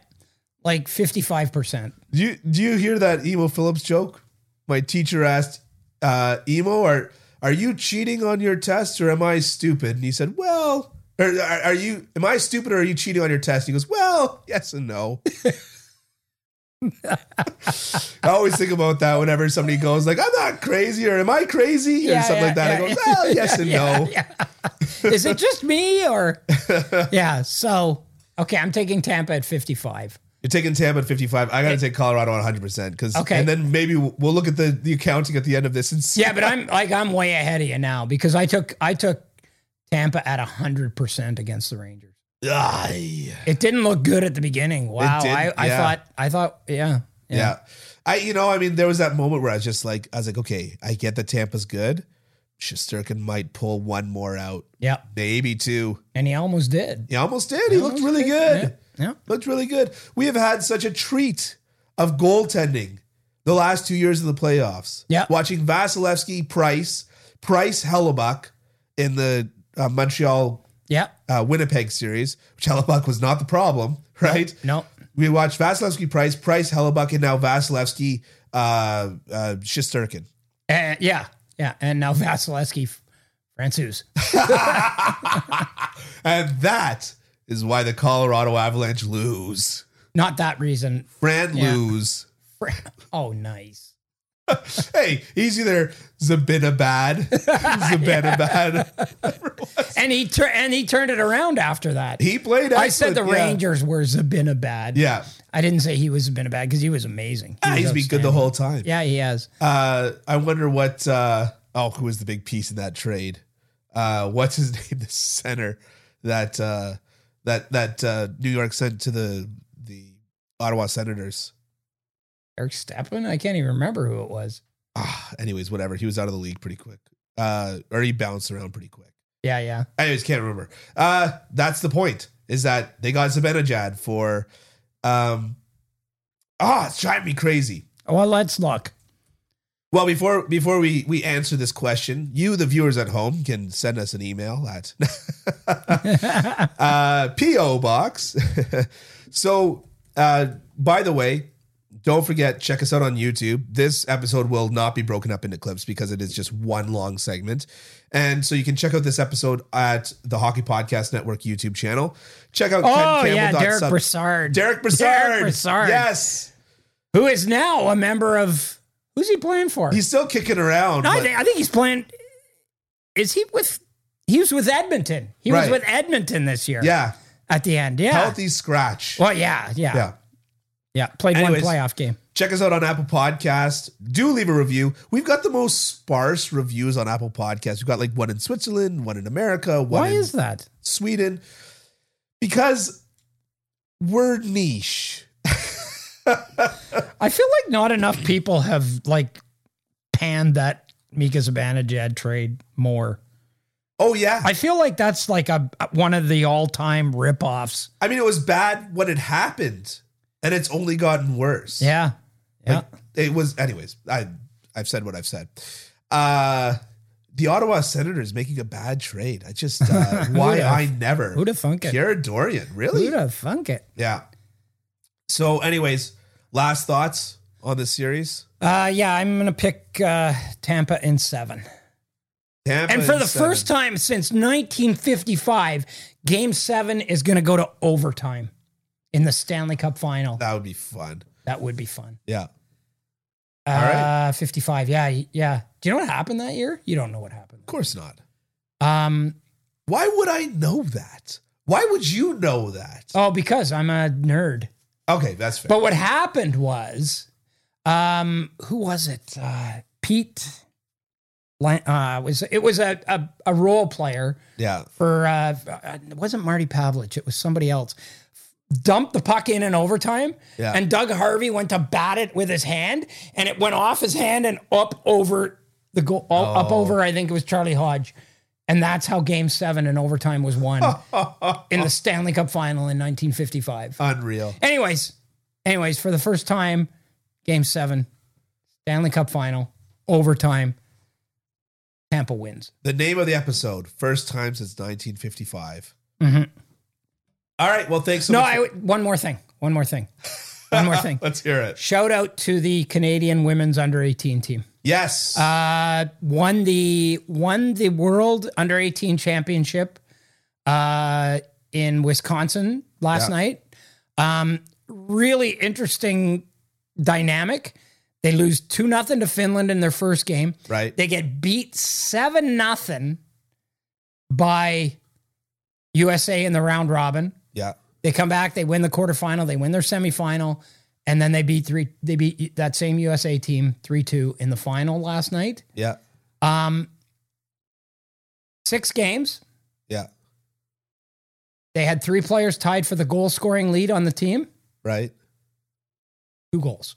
Speaker 2: like fifty-five percent.
Speaker 1: do you do you hear that emo Phillips joke? My teacher asked uh, emo, "Are are you cheating on your test, or am I stupid?" And he said, "Well." Or are, are you? Am I stupid, or are you cheating on your test? He goes, "Well, yes and no." [LAUGHS] I always think about that whenever somebody goes like, "I'm not crazy," or "Am I crazy?" or
Speaker 2: Yeah,
Speaker 1: something
Speaker 2: yeah,
Speaker 1: like that.
Speaker 2: [LAUGHS] yeah,
Speaker 1: I go, "Well, yes and
Speaker 2: Oh.
Speaker 1: no."
Speaker 2: Is it just me [LAUGHS] or? yeah. So okay, I'm taking Tampa at 55.
Speaker 1: You're taking Tampa at 55. I got to take Colorado at 100 percent because,
Speaker 2: Okay.
Speaker 1: and then maybe we'll we'll look at the the accounting at the end of this and see.
Speaker 2: Yeah, but I'm like I'm way ahead of you now because I took I took Tampa at 100 percent against the Rangers.
Speaker 1: Ah, yeah.
Speaker 2: It didn't look good at the beginning. Wow.
Speaker 1: didn't,
Speaker 2: I, I
Speaker 1: yeah.
Speaker 2: thought I thought yeah.
Speaker 1: Yeah. I, you know, I mean, there was that moment where I was just like, I was like, okay, I get that Tampa's good. Shusterkin might pull one more out,
Speaker 2: Yeah.
Speaker 1: maybe two.
Speaker 2: And he almost did.
Speaker 1: He almost did. He looked really good.
Speaker 2: Yeah. yeah.
Speaker 1: Looked really good. We have had such a treat of goaltending the last two years of the playoffs.
Speaker 2: Yeah.
Speaker 1: Watching Vasilevsky, Price, Price, Hellebuck in the uh, Montreal
Speaker 2: Yeah.
Speaker 1: uh, Winnipeg series, which Hellebuck was not the problem, [LAUGHS] right?
Speaker 2: No.
Speaker 1: We watched Vasilevsky, Price, Price, Hellebuck, and now Vasilevsky, uh, uh, Shisterkin.
Speaker 2: And, yeah. Yeah. And now [LAUGHS] Vasilevsky Francis.
Speaker 1: And that is why the Colorado Avalanche lose.
Speaker 2: Not that reason. [LAUGHS]
Speaker 1: Fran
Speaker 2: Yeah.
Speaker 1: lose.
Speaker 2: Oh, nice.
Speaker 1: Hey, he's either
Speaker 2: [LAUGHS]
Speaker 1: Zabinabad, Zabinabad.
Speaker 2: And he tur- and he turned it around after that.
Speaker 1: He played.
Speaker 2: I said the
Speaker 1: excellent, yeah.
Speaker 2: Rangers were Zabinabad.
Speaker 1: Yeah,
Speaker 2: I didn't say he was Zabinabad because he was amazing. He
Speaker 1: Ah,
Speaker 2: was
Speaker 1: he's been good the
Speaker 2: outstanding.
Speaker 1: whole time.
Speaker 2: Yeah, he has.
Speaker 1: Uh, I wonder what. Uh, oh, who was the big piece in that trade? Uh, what's his [LAUGHS] name? The center that uh, that that uh, New York sent to the the Ottawa Senators.
Speaker 2: Eric Stepan? I can't even remember who it was.
Speaker 1: Ah, anyways, whatever. He was out of the league pretty quick. Uh, or he bounced around pretty quick.
Speaker 2: Yeah, yeah.
Speaker 1: Anyways, can't remember. Uh, that's the point. Is that they got Zibanejad for, um, ah, it's driving me crazy.
Speaker 2: Oh, Well, let's look.
Speaker 1: Well, before before we we answer this question, you the viewers at home can send us an email
Speaker 2: [LAUGHS]
Speaker 1: at [LAUGHS] uh, PO Box. [LAUGHS] so, uh, by the way, don't forget check us out on YouTube. This episode will not be broken up into clips because it is just one long segment, and so you can check out this episode at the Hockey Podcast Network YouTube channel. Check out
Speaker 2: Oh, yeah, Derek
Speaker 1: Sub-
Speaker 2: Brassard.
Speaker 1: Derek Brassard.
Speaker 2: Derek Brassard.
Speaker 1: Yes,
Speaker 2: Who is now a member of. Who's he playing for?
Speaker 1: he's still kicking around.
Speaker 2: No, I,
Speaker 1: but-
Speaker 2: think, I think he's playing. Is he with? He was with Edmonton. He was
Speaker 1: Right.
Speaker 2: with Edmonton this year.
Speaker 1: yeah,
Speaker 2: At the end, yeah.
Speaker 1: healthy scratch.
Speaker 2: Well, yeah, yeah, yeah.
Speaker 1: Yeah.
Speaker 2: Played
Speaker 1: Anyways.
Speaker 2: one playoff game.
Speaker 1: Check us out on Apple Podcast. Do leave a review. We've got the most sparse reviews on Apple Podcasts. We've got like one in Switzerland, one in America, one
Speaker 2: Why
Speaker 1: in
Speaker 2: is that?
Speaker 1: Sweden. Because we're niche.
Speaker 2: I feel like not enough people have like panned that Mika Zibanejad trade more.
Speaker 1: Oh yeah. I,
Speaker 2: I feel like that's like a one of the all-time ripoffs.
Speaker 1: mean it was bad when it happened. And it's only gotten worse.
Speaker 2: Yeah, yeah.
Speaker 1: Like, it was anyways, I I've said what I've said. Uh the Ottawa Senators making a bad trade. I just
Speaker 2: [LAUGHS]
Speaker 1: uh, why
Speaker 2: Who'da-
Speaker 1: I never.
Speaker 2: Who'd have thunk it?
Speaker 1: Jared Dorian, really?
Speaker 2: Who'd have thunk it?
Speaker 1: Yeah. So, anyways, last thoughts on this series.
Speaker 2: Uh, yeah, I'm gonna pick uh, Tampa in seven.
Speaker 1: Tampa
Speaker 2: And for
Speaker 1: in
Speaker 2: the
Speaker 1: seven.
Speaker 2: first time since 1955, Game Seven is going to go to overtime in the Stanley Cup Final.
Speaker 1: that would be fun.
Speaker 2: That would be fun.
Speaker 1: Yeah.
Speaker 2: Uh,
Speaker 1: All right.
Speaker 2: 55. Yeah, yeah. Do you know what happened that year? You don't know what happened.
Speaker 1: Of course not.
Speaker 2: Um.
Speaker 1: Why would I know that? Why would you know that?
Speaker 2: Oh, because I'm a nerd.
Speaker 1: Okay, that's fair.
Speaker 2: But what happened was, um, who was it? Uh, Pete. Lan- Uh, was it was a, a a role player
Speaker 1: yeah. [LAUGHS]
Speaker 2: for uh, it wasn't Marty Pavlich, it was somebody else. Dumped the puck in in overtime,
Speaker 1: Yeah.
Speaker 2: and Doug Harvey went to bat it with his hand, and it went off his hand and up over the goal, up
Speaker 1: Oh.
Speaker 2: over. I think it was Charlie Hodge, and that's how Game Seven in overtime was won in the Stanley Cup Final in 1955.
Speaker 1: Unreal.
Speaker 2: Anyways, anyways, for the first time, Game Seven, Stanley Cup Final, overtime. Tampa wins.
Speaker 1: The name of the episode, first time since 1955.
Speaker 2: Mhm.
Speaker 1: All right. Well, thanks so
Speaker 2: No,
Speaker 1: much.
Speaker 2: I one more thing. One more thing. One more thing.
Speaker 1: Let's hear it.
Speaker 2: Shout out to the Canadian women's under 18 team.
Speaker 1: Yes.
Speaker 2: Uh, won the won the world under 18 championship uh, in Wisconsin last
Speaker 1: Yeah.
Speaker 2: night. Um, really interesting dynamic. They lose two nothing to Finland in their first game.
Speaker 1: right?
Speaker 2: They get beat seven nothing by USA in the round robin.
Speaker 1: yeah.
Speaker 2: They come back, they win the quarterfinal, they win their semifinal, and then they beat three. They beat that same USA team three two in the final last night.
Speaker 1: Yeah.
Speaker 2: Um, six games.
Speaker 1: Yeah.
Speaker 2: They had three players tied for the goal scoring lead on the team.
Speaker 1: Right.
Speaker 2: Two goals.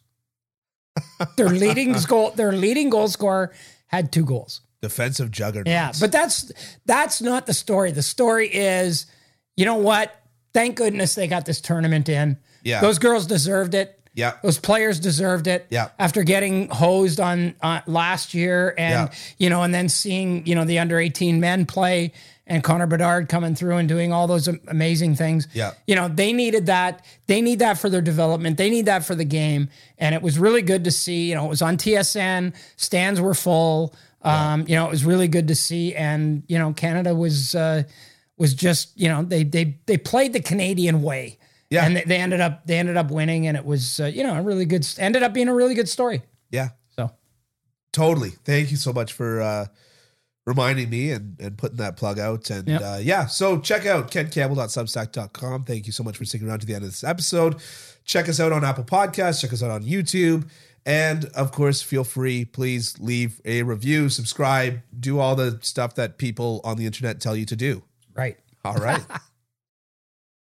Speaker 2: their leading goal, their leading goal scorer had two goals.
Speaker 1: Defensive juggernaut.
Speaker 2: Yeah, but that's that's not the story. The story is, you know what? Thank goodness they got this tournament in.
Speaker 1: Yeah.
Speaker 2: Those girls deserved it.
Speaker 1: yeah.
Speaker 2: Those players deserved it.
Speaker 1: Yeah.
Speaker 2: After getting hosed on uh, last year, and
Speaker 1: Yeah.
Speaker 2: you know, and then seeing you know the under eighteen men play, and Connor Bedard coming through and doing all those am- amazing things.
Speaker 1: Yeah.
Speaker 2: You know, they needed that. They need that for their development. They need that for the game. And it was really good to see. You know, it was on TSN. Stands were full. Um, You know, it was really good to see. And you know, Canada was uh, was just you know they they they played the Canadian way.
Speaker 1: Yeah.
Speaker 2: And they, they ended up they ended up winning, and it was uh, you know a really good ended up being a really good story.
Speaker 1: Yeah.
Speaker 2: So
Speaker 1: Totally. Thank you so much for uh, reminding me and, and putting that plug out. And
Speaker 2: Yep.
Speaker 1: uh, yeah, so check out kencampbell.substack.com. Thank you so much for sticking around to the end of this episode. Check us out on Apple Podcasts. Check us out on YouTube. And of course, feel free, please leave a review, subscribe, do all the stuff that people on the internet tell you to do.
Speaker 2: right.
Speaker 1: All right.